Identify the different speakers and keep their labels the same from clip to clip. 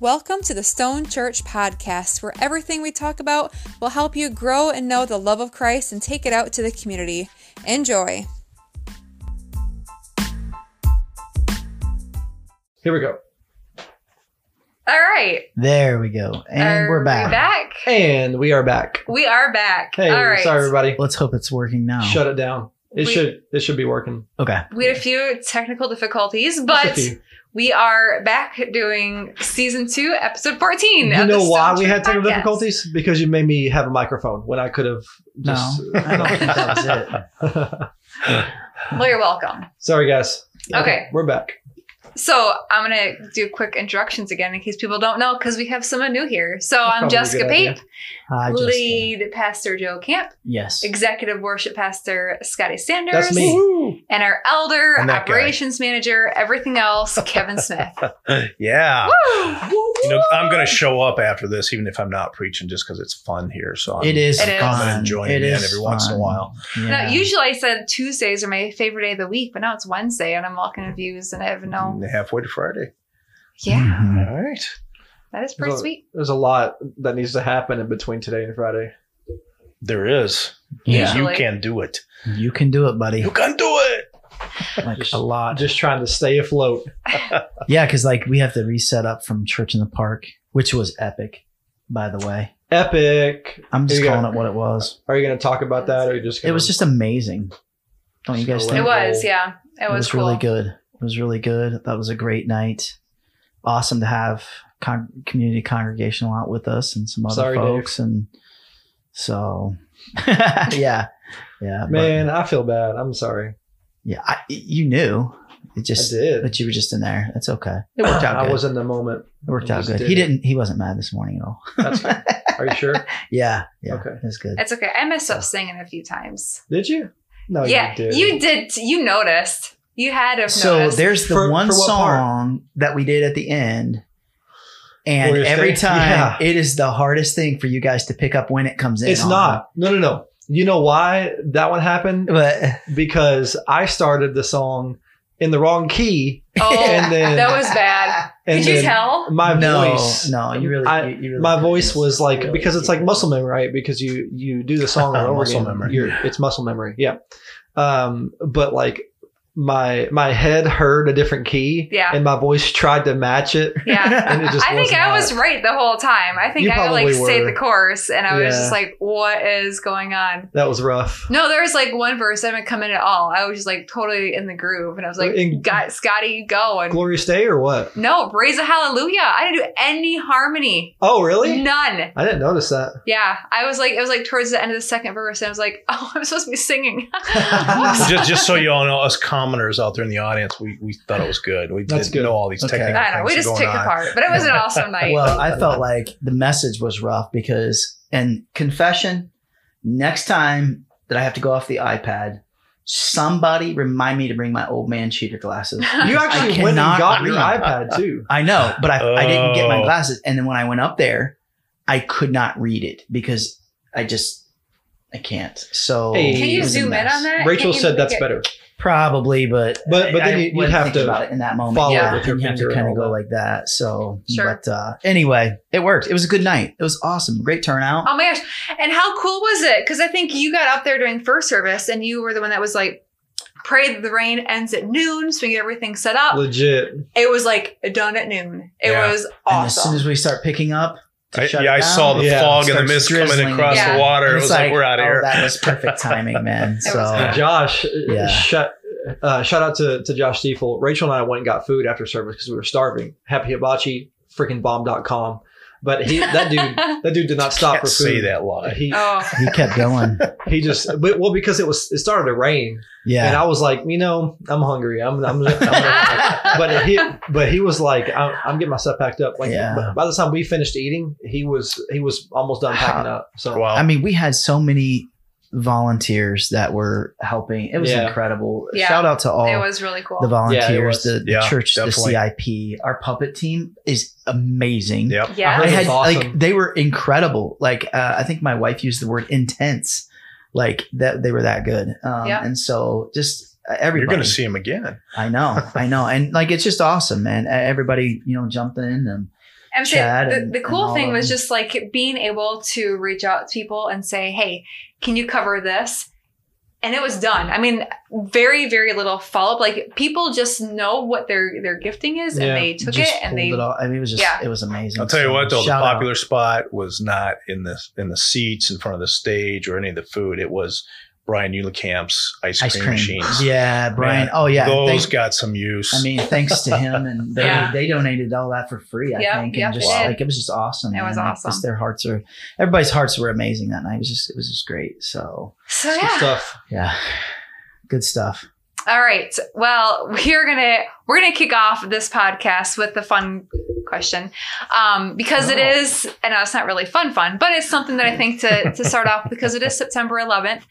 Speaker 1: Welcome to the Stone Church Podcast, where everything we talk about will help you grow and know the love of Christ and take it out to the community. Enjoy.
Speaker 2: Here we go.
Speaker 1: All right.
Speaker 3: There we go. And
Speaker 1: Are
Speaker 3: we're
Speaker 1: we
Speaker 3: back.
Speaker 1: back.
Speaker 2: And we are back.
Speaker 1: We are back.
Speaker 2: Hey,
Speaker 1: All right.
Speaker 2: sorry everybody.
Speaker 3: Let's hope it's working now.
Speaker 2: Shut it down. It
Speaker 1: We-
Speaker 2: should it should be working.
Speaker 3: Okay.
Speaker 1: We had a few technical difficulties,
Speaker 2: Just a
Speaker 1: but
Speaker 2: few.
Speaker 1: we are back doing season two, episode 14.
Speaker 2: you
Speaker 1: of the
Speaker 2: know why
Speaker 1: Stone
Speaker 2: we
Speaker 1: Church
Speaker 2: had technical
Speaker 1: Podcast.
Speaker 2: difficulties? Because you made me have a microphone when I could have just uh,
Speaker 3: No, I don't think that's it.
Speaker 1: Well, you're welcome.
Speaker 2: Sorry guys.
Speaker 1: Okay.
Speaker 2: We're back.
Speaker 1: So I'm gonna do quick introductions again in case people don't know because we have someone new here. So I'm
Speaker 2: probably a
Speaker 1: Jessica
Speaker 2: good
Speaker 1: Pape,
Speaker 3: Hi, Jessica.
Speaker 1: lead pastor Joe Camp,
Speaker 3: Yes.
Speaker 1: executive worship pastor Scotty Sanders,
Speaker 2: That's me.
Speaker 1: and our elder
Speaker 4: I'm that guy.
Speaker 1: operations manager, everything else, Kevin Smith.
Speaker 4: Yeah.
Speaker 1: Woo!
Speaker 4: You know, I'm going to show up after this, even if I'm not preaching, just because it's fun here. So I'm,
Speaker 3: It is
Speaker 1: It is.
Speaker 3: fun.
Speaker 4: I'm enjoying
Speaker 3: It
Speaker 4: it
Speaker 3: is
Speaker 4: every once in a
Speaker 3: fun.
Speaker 4: while.
Speaker 3: Yeah.
Speaker 1: Now, usually I said Tuesdays are my favorite day of the week, but now it's Wednesday and I'm walking to views and I have no.
Speaker 4: Halfway to Friday.
Speaker 1: Yeah,
Speaker 3: Mhm.
Speaker 4: All right.
Speaker 1: that is pretty
Speaker 2: So-
Speaker 1: sweet.
Speaker 2: There's a lot that needs to happen in between today and Friday.
Speaker 4: There is.
Speaker 3: Yeah.
Speaker 4: You
Speaker 1: Usually.
Speaker 4: can do it.
Speaker 3: You can do it, buddy.
Speaker 4: You can do it.
Speaker 3: Like
Speaker 2: Just-
Speaker 3: a lot.
Speaker 2: Just trying to stay afloat.
Speaker 3: Yeah, because like we have to reset up from Church in the Park, which was epic, by the way.
Speaker 2: Epic.
Speaker 3: I'm just
Speaker 2: Here you go.
Speaker 3: calling it what it was.
Speaker 2: Are you gonna talk about that or are you just gonna
Speaker 3: It was just amazing. Don't you guys
Speaker 2: It
Speaker 3: think?
Speaker 1: It was,
Speaker 2: cool.
Speaker 1: yeah, it was, cool.
Speaker 3: really good. It was really good. That was a great night. Awesome to have con- community congregational out with us and some other
Speaker 2: Sorry, Dave.
Speaker 3: folks, and so yeah, yeah, but-
Speaker 2: Man, I feel bad. I'm sorry.
Speaker 3: yeah. I, you knew it just,
Speaker 2: I did.
Speaker 3: but you were just in there. It's okay. It worked out.
Speaker 2: I
Speaker 3: good.
Speaker 2: was in the moment.
Speaker 3: It worked
Speaker 2: I
Speaker 3: out
Speaker 2: just
Speaker 3: good.
Speaker 2: did
Speaker 3: He
Speaker 2: it.
Speaker 3: didn't. He wasn't mad this morning at all.
Speaker 2: That's good. Are you sure?
Speaker 3: Yeah, yeah.
Speaker 2: Okay.
Speaker 3: It was good.
Speaker 1: It's okay. I messed up singing a few times.
Speaker 2: Did you? No,
Speaker 1: yeah,
Speaker 2: Oh, you did.
Speaker 1: you did. You noticed. You had to have
Speaker 3: so
Speaker 1: noticed.
Speaker 3: there's the
Speaker 2: For-
Speaker 3: one
Speaker 2: for what part?
Speaker 3: song that we did at the end and
Speaker 2: Warrior
Speaker 3: every
Speaker 2: State?
Speaker 3: time
Speaker 2: Yeah.
Speaker 3: it is the hardest thing for you guys to pick up when it comes in
Speaker 2: It's
Speaker 3: on.
Speaker 2: not. No, no, no. You know why that one happened?
Speaker 3: but
Speaker 2: Because I started the song in the wrong key,
Speaker 1: oh,
Speaker 2: and then
Speaker 1: that was bad.
Speaker 2: and
Speaker 1: Did you
Speaker 2: then
Speaker 1: tell?
Speaker 2: my
Speaker 3: no,
Speaker 2: voice.
Speaker 3: no you really,
Speaker 2: I-
Speaker 3: you, you really
Speaker 2: my voice was like
Speaker 3: Really
Speaker 2: because it's like
Speaker 3: did.
Speaker 2: muscle memory, right? Because you you do the song over and over
Speaker 4: Muscle
Speaker 2: again.
Speaker 4: memory.
Speaker 2: You're- it's muscle memory. Yeah. Um, but like my my head heard a different key,
Speaker 1: Yeah.
Speaker 2: and my voice tried to match it.
Speaker 1: Yeah.
Speaker 2: And it just
Speaker 1: I think
Speaker 2: wasn't
Speaker 1: I
Speaker 2: out.
Speaker 1: was right the whole time. I think
Speaker 2: You
Speaker 1: I like
Speaker 2: probably
Speaker 1: stayed
Speaker 2: were.
Speaker 1: the course, and I was
Speaker 2: Yeah.
Speaker 1: just like, "What is going on?"
Speaker 2: That was rough.
Speaker 1: No, there was like one verse I didn't come in at all. I was just like totally in the groove, and I was like,
Speaker 2: In-
Speaker 1: "Got Scotty, you go!" And
Speaker 2: Glorious day or what?
Speaker 1: no, raise a hallelujah. I didn't do any harmony,
Speaker 2: Oh, really?
Speaker 1: none.
Speaker 2: I didn't notice that.
Speaker 1: Yeah, I was like, it was like towards the end of the second verse, and I was like, "Oh, I'm supposed to be singing." Whoops.
Speaker 4: just, just so you all know, us commoners out there in the audience, we, we thought it was good. We
Speaker 2: That's
Speaker 4: didn't
Speaker 2: good.
Speaker 4: know all these
Speaker 3: Okay.
Speaker 4: technical
Speaker 1: I don't know.
Speaker 4: things
Speaker 1: We
Speaker 4: that
Speaker 1: just
Speaker 4: are
Speaker 1: picked
Speaker 4: going on.
Speaker 1: apart, but it was an awesome night.
Speaker 3: well i felt like the message was rough because and confession next time that i have to go off the ipad somebody remind me to bring my old man cheater glasses
Speaker 2: You actually went and
Speaker 3: cannot
Speaker 2: got your
Speaker 3: read.
Speaker 2: iPad too.
Speaker 3: I know, but I, I didn't get my
Speaker 4: Oh.
Speaker 3: glasses. And then when I went up there, I could not read it because I just I can't. So
Speaker 2: Hey.
Speaker 1: Can
Speaker 3: it
Speaker 1: you
Speaker 3: was a
Speaker 1: zoom in
Speaker 3: mess.
Speaker 1: on that?
Speaker 2: Rachel
Speaker 1: Can you
Speaker 2: said that's
Speaker 1: make it-
Speaker 2: better.
Speaker 3: Probably, but
Speaker 2: But- but then
Speaker 3: I- I
Speaker 2: you- you'd
Speaker 3: wasn't
Speaker 2: have
Speaker 3: thinking
Speaker 2: to
Speaker 3: about it in that moment.
Speaker 2: follow
Speaker 3: yeah,
Speaker 2: it with your
Speaker 3: and you have
Speaker 2: finger
Speaker 3: to
Speaker 2: and
Speaker 3: kind
Speaker 2: all
Speaker 3: of go
Speaker 2: that.
Speaker 3: like that. So,
Speaker 1: Sure.
Speaker 3: but uh, anyway, it worked. It was a good night. It was awesome. Great turnout.
Speaker 1: Oh my gosh. And how cool was it? Because I think you got up there during first service and you were the one that was like, pray that the rain ends at noon so we get everything set up.
Speaker 2: Legit.
Speaker 1: It was like done at noon. It
Speaker 4: Yeah.
Speaker 1: was
Speaker 3: And as soon
Speaker 1: awesome.
Speaker 3: as we start picking up, to
Speaker 4: I-
Speaker 3: shut
Speaker 4: yeah,
Speaker 3: it
Speaker 4: I saw
Speaker 3: down,
Speaker 4: the
Speaker 2: Yeah.
Speaker 4: fog and the
Speaker 3: Starts
Speaker 4: mist coming
Speaker 3: drizzling.
Speaker 4: across
Speaker 1: Yeah.
Speaker 4: the water. It
Speaker 3: it's
Speaker 4: was like, we're out of
Speaker 3: oh,
Speaker 4: here.
Speaker 3: That was perfect timing, man.
Speaker 1: was
Speaker 3: so
Speaker 1: awesome.
Speaker 2: Josh,
Speaker 3: Yeah.
Speaker 2: shut, uh, shout out to, to Josh Stiefel. Rachel and I went and got food after service because we were starving. Happy Hibachi, freaking bomb.com. But he, that dude, that dude did not stop
Speaker 4: Can't
Speaker 2: for food. Uh,
Speaker 4: say that lie.
Speaker 2: He,
Speaker 1: oh,
Speaker 3: he kept going.
Speaker 2: he just, but, well, because it was, it started to rain. And
Speaker 3: Yeah.
Speaker 2: I was like, you know, I'm hungry. I'm, I'm, I'm gonna- but he, but he was like, I'm, I'm getting myself packed up. Like
Speaker 3: Yeah.
Speaker 2: b- by the time we finished eating, he was, he was almost done packing up. So
Speaker 4: Wow.
Speaker 3: I mean, we had so many volunteers that were helping. It was
Speaker 2: Yeah.
Speaker 3: incredible.
Speaker 1: Yeah.
Speaker 3: Shout out to all
Speaker 1: it was really cool.
Speaker 3: the volunteers,
Speaker 2: Yeah, it
Speaker 3: the, the
Speaker 4: Yeah,
Speaker 3: church,
Speaker 4: definitely.
Speaker 3: the CIP. Our puppet team is amazing.
Speaker 4: Yep.
Speaker 2: I
Speaker 1: yeah.
Speaker 2: heard
Speaker 3: They
Speaker 2: That
Speaker 3: had
Speaker 2: was awesome.
Speaker 3: like they were incredible. Like uh, I think my wife used the word intense. Like that they were that good. Um,
Speaker 1: Yeah.
Speaker 3: And so just uh, everybody.
Speaker 4: You're going to see him again.
Speaker 3: E, I know, I know, and like it's just awesome, man. Uh, Everybody, you know, jumped in and
Speaker 1: I'm saying
Speaker 3: Chad
Speaker 1: the,
Speaker 3: and-
Speaker 1: the
Speaker 3: and
Speaker 1: cool
Speaker 3: all
Speaker 1: thing
Speaker 3: of
Speaker 1: was
Speaker 3: them.
Speaker 1: just like being able to reach out to people and say, hey, can you cover this? And it was done. I mean, very, very little follow up. Like people just know what their their gifting is
Speaker 2: Yeah.
Speaker 1: and they took
Speaker 3: Just
Speaker 1: it and
Speaker 3: pulled
Speaker 1: they
Speaker 3: it all. I mean, it was just
Speaker 1: Yeah.
Speaker 3: it was amazing.
Speaker 4: I'll tell you
Speaker 3: So,
Speaker 4: what, though, the
Speaker 3: shout out.
Speaker 4: popular spot was not in the in the seats in front of the stage or any of the food. It was Brian Ulicamp's ice,
Speaker 3: ice
Speaker 4: cream,
Speaker 3: cream
Speaker 4: machines.
Speaker 3: Yeah, Brian.
Speaker 4: Man,
Speaker 3: oh yeah,
Speaker 4: Those
Speaker 3: Thank-
Speaker 4: got some use.
Speaker 3: I mean, thanks to him, and they,
Speaker 1: Yeah.
Speaker 3: they donated all that for free. I
Speaker 1: Yep,
Speaker 3: think, and
Speaker 1: yep,
Speaker 3: just
Speaker 1: they did.
Speaker 3: like it was just awesome.
Speaker 1: It was
Speaker 3: man. Like,
Speaker 1: awesome.
Speaker 3: Just their hearts are, everybody's hearts were amazing that night. It was just, it was just great. So
Speaker 1: so
Speaker 2: It's good
Speaker 1: yeah.
Speaker 2: stuff.
Speaker 3: yeah, good stuff.
Speaker 1: All right. Well, we're gonna we're gonna kick off this podcast with the fun question um, because it
Speaker 3: Oh.
Speaker 1: is, and it's not really fun, fun, but it's something that I think to to start off because it is September 11th,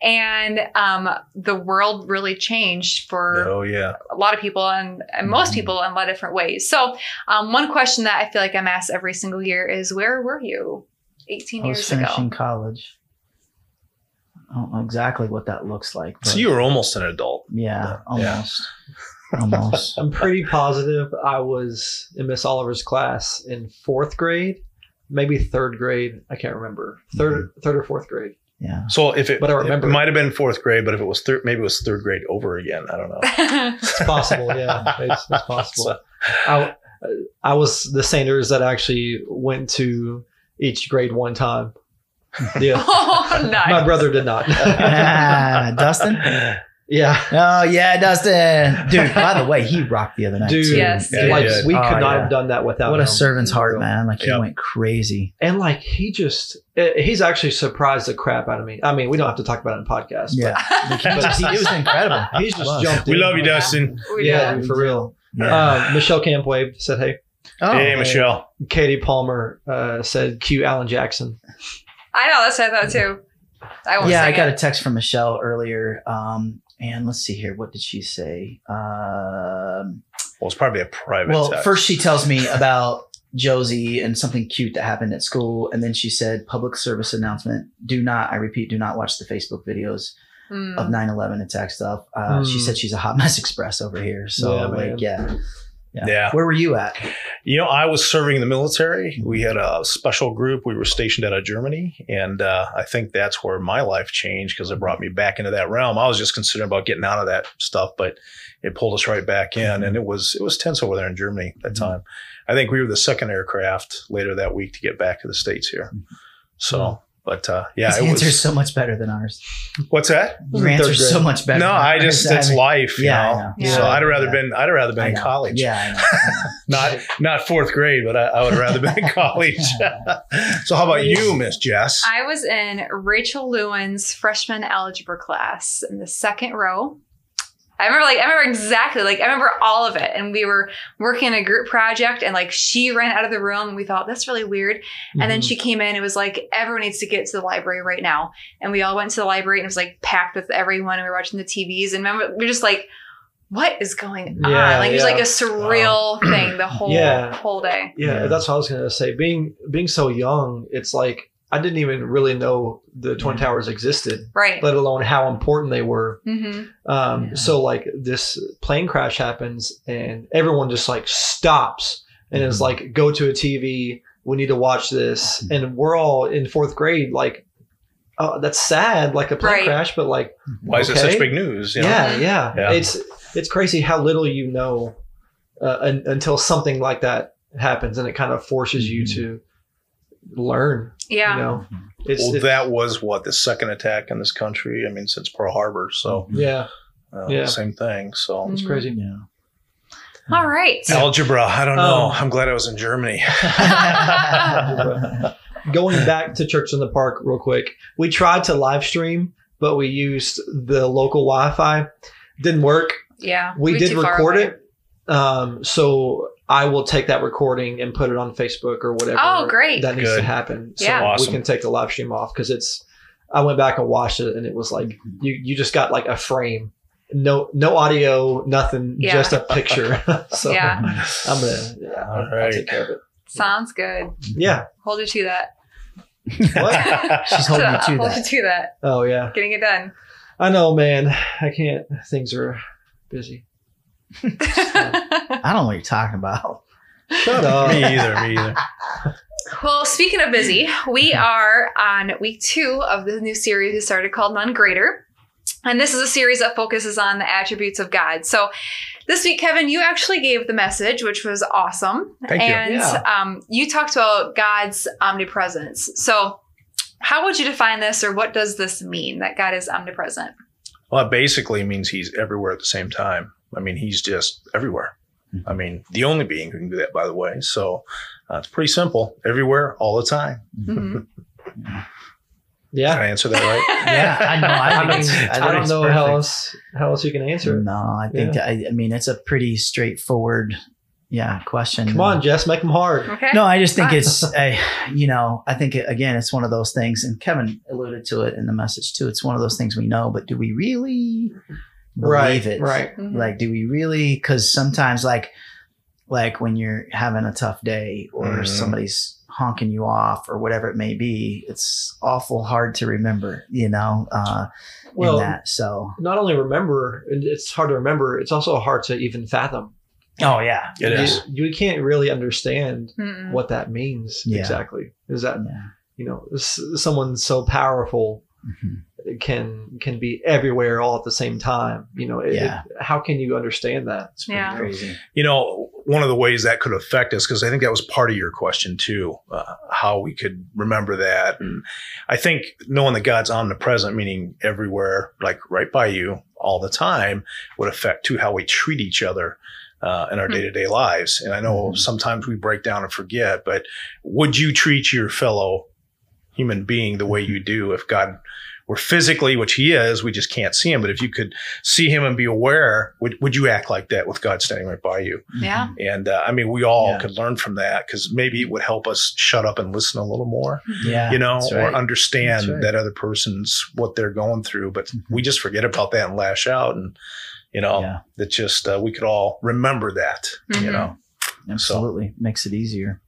Speaker 1: and um, the world really changed for
Speaker 4: oh yeah.
Speaker 1: a lot of people and, and most
Speaker 3: Mhm.
Speaker 1: people in a lot of different ways. So, um, one question that I feel like I'm asked every single year is, "Where were you 18
Speaker 3: I was
Speaker 1: years ago?"
Speaker 3: finishing college. I don't know exactly what that looks like.
Speaker 4: So
Speaker 3: but
Speaker 4: you were almost an adult.
Speaker 3: yeah,
Speaker 4: Yeah.
Speaker 3: almost, almost.
Speaker 2: I'm pretty positive I was in Miss Oliver's class in fourth grade, maybe third grade. I can't remember. 3rd
Speaker 3: Mm-hmm.
Speaker 2: third or fourth grade.
Speaker 3: Yeah,
Speaker 4: So if it,
Speaker 2: But I remember
Speaker 4: it
Speaker 2: it.
Speaker 4: might have been fourth grade, but if it was third, maybe it was third grade over again. I don't know.
Speaker 2: It's possible. Yeah, it's, it's possible. I, I was the Sanders that actually went to each grade one time. Yeah,
Speaker 1: oh, nice.
Speaker 2: my brother did not.
Speaker 3: Ah, Dustin.
Speaker 2: yeah.
Speaker 3: Oh yeah, Dustin, dude. By the way, he rocked the other night.
Speaker 2: Dude,
Speaker 3: too.
Speaker 1: Yes.
Speaker 4: Yeah,
Speaker 2: like
Speaker 4: yeah.
Speaker 2: we could
Speaker 3: Oh,
Speaker 2: not
Speaker 3: yeah.
Speaker 2: have done that without
Speaker 3: What
Speaker 2: him.
Speaker 3: a servant's heart, man! Like he
Speaker 4: Yeah.
Speaker 3: went crazy.
Speaker 2: And like he just, eh, he's actually surprised the crap out of me. I mean, we don't have to talk about it in podcast.
Speaker 3: Yeah,
Speaker 1: We
Speaker 3: He just- it was incredible.
Speaker 2: but he's just
Speaker 3: Wow.
Speaker 2: jumped.
Speaker 4: we
Speaker 2: in.
Speaker 4: love you, Dustin.
Speaker 2: Yeah,
Speaker 1: did.
Speaker 2: dude, for real.
Speaker 3: Yeah.
Speaker 2: Uh, Michelle Camp waved, said, "Hey."
Speaker 3: oh,
Speaker 4: hey, Michelle.
Speaker 2: Katie Palmer uh, said, "Cue Alan Jackson."
Speaker 1: I know. That's what I thought too. I won't
Speaker 3: yeah, I
Speaker 1: sing
Speaker 3: got
Speaker 1: it.
Speaker 3: a text from Michelle earlier. Um, and let's see here. What did she say? Um,
Speaker 4: Well, it's probably a private.
Speaker 3: well,
Speaker 4: text.
Speaker 3: first she tells me about Josie and something cute that happened at school, and then she said, "Public service announcement: Do not, I repeat, do not watch the Facebook videos
Speaker 1: Mm.
Speaker 2: Oh. Hmm.
Speaker 3: of 9/11 attack stuff." Uh, She
Speaker 2: Mm.
Speaker 3: said she's a hot mess express over here. So,
Speaker 2: Yeah, man.
Speaker 3: like, yeah.
Speaker 4: Yeah.
Speaker 3: Where were you at?
Speaker 4: You know, I was serving in the military. We had a special group. We were stationed out of Germany. And uh, I think that's where my life changed because it brought me back into that realm. I was just considering about getting out of that stuff, but it pulled us right back in. And it was it was tense over there in Germany at that
Speaker 3: Mhm.
Speaker 4: time. I think we were the second aircraft later that week to get back to the States here. So, but uh, yeah,
Speaker 3: Mm-hmm. His
Speaker 4: it
Speaker 3: answer's
Speaker 4: was.
Speaker 3: so much better than ours.
Speaker 4: What's that?
Speaker 2: was
Speaker 3: Your
Speaker 2: in third
Speaker 3: answer's so
Speaker 2: grade.
Speaker 3: much better.
Speaker 4: no,
Speaker 3: than
Speaker 4: I
Speaker 3: ours.
Speaker 4: just it's
Speaker 3: mean,
Speaker 4: life. You
Speaker 3: yeah, I
Speaker 4: know?
Speaker 3: know.
Speaker 4: So
Speaker 2: Yeah.
Speaker 4: I'd rather
Speaker 3: Yeah.
Speaker 4: been I'd rather been
Speaker 3: I
Speaker 4: in
Speaker 3: know.
Speaker 4: college.
Speaker 3: Yeah, I know, I know.
Speaker 4: Not not fourth grade, but I, I would rather be in college. so how about you, Miss Jess?
Speaker 1: I was in Rachel Lewin's freshman algebra class in the second row. I remember like I remember exactly like I remember all of it and we were working a group project and like she ran out of the room and we thought that's really weird and
Speaker 2: Mm-hmm.
Speaker 1: then she came in it was like everyone needs to get to the library right now and we all went to the library and it was like packed with everyone and we were watching the TVs and remember we are just like what is going on
Speaker 2: Yeah,
Speaker 1: like it was
Speaker 2: yeah.
Speaker 1: like a surreal thing the whole
Speaker 2: Yeah.
Speaker 1: whole day
Speaker 2: Yeah,
Speaker 3: Yeah.
Speaker 2: that's what I was gonna say. Being being so young, it's like I didn't even really know the Twin
Speaker 3: Yeah.
Speaker 2: Towers existed,
Speaker 1: right
Speaker 2: let alone how important they were.
Speaker 1: mm-hmm.
Speaker 2: Um,
Speaker 3: Yeah.
Speaker 2: So like this plane crash happens, and everyone just like stops and is
Speaker 4: Mm-hmm.
Speaker 3: Mhm.
Speaker 2: like, "Go to a TV. We need to watch this."
Speaker 4: Mm-hmm.
Speaker 2: And we're all in fourth grade, like, "Oh, that's sad, like a plane
Speaker 1: Right. Mm-hmm.
Speaker 2: crash," but like,
Speaker 4: Why is it such
Speaker 2: okay.
Speaker 4: big news? you know?
Speaker 2: yeah, yeah,
Speaker 4: Yeah.
Speaker 2: It's it's crazy how little you know uh, un- until something like that happens, and it kind of forces you
Speaker 3: Mhm.
Speaker 4: Mm-hmm.
Speaker 2: to learn.
Speaker 1: yeah
Speaker 2: You know, it's,
Speaker 4: Well,
Speaker 2: it's-
Speaker 4: that was what the second attack in this country. I mean, since Pearl Harbor, so
Speaker 2: yeah,
Speaker 4: uh,
Speaker 2: Yeah.
Speaker 4: same thing. So
Speaker 2: it's
Speaker 1: Mhm.
Speaker 2: crazy.
Speaker 3: Yeah.
Speaker 1: all right
Speaker 4: algebra. I don't know.
Speaker 2: Um,
Speaker 4: I'm glad I was in Germany.
Speaker 2: Going back to Church in the Park real quick, we tried to live stream, but we used the local Wi-Fi. Didn't work.
Speaker 1: Yeah.
Speaker 2: We
Speaker 1: we're
Speaker 2: did
Speaker 1: too far
Speaker 2: record
Speaker 1: away.
Speaker 2: it, um, so I will take that recording and put it on Facebook or whatever.
Speaker 1: Oh, great.
Speaker 2: That needs
Speaker 4: Good.
Speaker 2: to happen. So
Speaker 1: Yeah.
Speaker 2: we
Speaker 4: Awesome.
Speaker 2: can take the live stream off because it's. I went back and watched it, and it was like you you just got like a frame, no no audio, nothing,
Speaker 1: Yeah.
Speaker 2: just a picture. so
Speaker 1: Yeah.
Speaker 2: I'm gonna yeah,
Speaker 4: All
Speaker 2: I'll
Speaker 4: right.
Speaker 2: take care of it.
Speaker 1: Sounds good.
Speaker 2: Yeah.
Speaker 1: Hold you to that.
Speaker 2: What?
Speaker 3: She's holding you to
Speaker 1: Hold
Speaker 3: that.
Speaker 1: you to that.
Speaker 2: oh yeah.
Speaker 1: Getting it done.
Speaker 2: I know, man. I can't. Things are busy.
Speaker 3: I don't know what you're talking about.
Speaker 2: Shut up.
Speaker 4: me either. Me either.
Speaker 1: Well, speaking of busy, we are on week two of the new series we started called None Greater. And this is a series that focuses on the attributes of God. So this week, Kevin, you actually gave the message, which was awesome.
Speaker 4: Thank you.
Speaker 1: and
Speaker 3: Yeah.
Speaker 1: um, you talked about God's omnipresence. So how would you define this or what does this mean that God is omnipresent?
Speaker 4: Well, that basically means he's everywhere at the same time. I mean, he's just everywhere. I mean, the only being who can do that, by the way. So uh, it's pretty simple. Everywhere, all the time.
Speaker 3: Mm-hmm.
Speaker 1: Mhm.
Speaker 4: Did
Speaker 2: Yeah.
Speaker 4: I answer that right?
Speaker 3: Yeah, I know. I,
Speaker 2: I
Speaker 3: think
Speaker 2: mean,
Speaker 3: it's- think
Speaker 2: I don't
Speaker 3: it's
Speaker 2: know how
Speaker 3: perfect.
Speaker 2: else how else you can answer. it.
Speaker 3: No, I think that, I, I mean it's a pretty straightforward, yeah, question.
Speaker 2: Come on, Jess, make them hard.
Speaker 1: Okay.
Speaker 3: No, I just think it's, I, you know, I think again, it's one of those things, and Kevin alluded to it in the message too. It's one of those things we know, but do we really believe
Speaker 2: Right.
Speaker 3: it?
Speaker 2: Right.
Speaker 1: Mhm.
Speaker 3: Like, do we really? Because sometimes, like, like when you're having a tough day or
Speaker 2: Mm-hmm.
Speaker 4: Mhm.
Speaker 3: somebody's honking you off or whatever it may be, it's awful hard to remember, you know, uh,
Speaker 2: Well,
Speaker 3: in that. So,
Speaker 2: not only remember, and it's hard to remember, it's also hard to even fathom.
Speaker 3: oh yeah,
Speaker 4: It
Speaker 2: you,
Speaker 4: is.
Speaker 2: You can't really understand
Speaker 1: Mhm.
Speaker 2: what that means
Speaker 3: Yeah.
Speaker 2: exactly. Is that
Speaker 3: yeah.
Speaker 2: you know s- someone so powerful
Speaker 3: Mhm.
Speaker 2: can can be everywhere all at the same time? You know, it-
Speaker 3: Yeah.
Speaker 2: it- how can you understand that?
Speaker 4: It's
Speaker 1: Yeah.
Speaker 4: pretty-
Speaker 3: Crazy.
Speaker 4: You know, one of the ways that could affect us, because I think that was part of your question too, uh, how we could remember that. And I think knowing that God's omnipresent, meaning everywhere, like right by you all the time, would affect too how we treat each other uh, in our
Speaker 1: Hmm.
Speaker 4: day to day lives. And I know
Speaker 3: Mhm.
Speaker 4: sometimes we break down and forget, but would you treat your fellow human being the way you do if God were physically, which he is, we just can't see him, but if you could see him and be aware, would, would you act like that with God standing right by you?
Speaker 1: Yeah.
Speaker 4: And uh, I mean, we all
Speaker 3: Yeah.
Speaker 4: could learn from that because maybe it would help us shut up and listen a little more,
Speaker 3: Yeah.
Speaker 4: you know,
Speaker 3: that's
Speaker 4: or
Speaker 3: right.
Speaker 4: understand
Speaker 3: That's right. Mm-hmm.
Speaker 4: that other person's what they're going through. But we just forget about that and lash out. And, you know,
Speaker 3: Yeah.
Speaker 4: that just uh, we could all remember that, you
Speaker 1: Mhm.
Speaker 4: know.
Speaker 3: Absolutely. Makes it easier.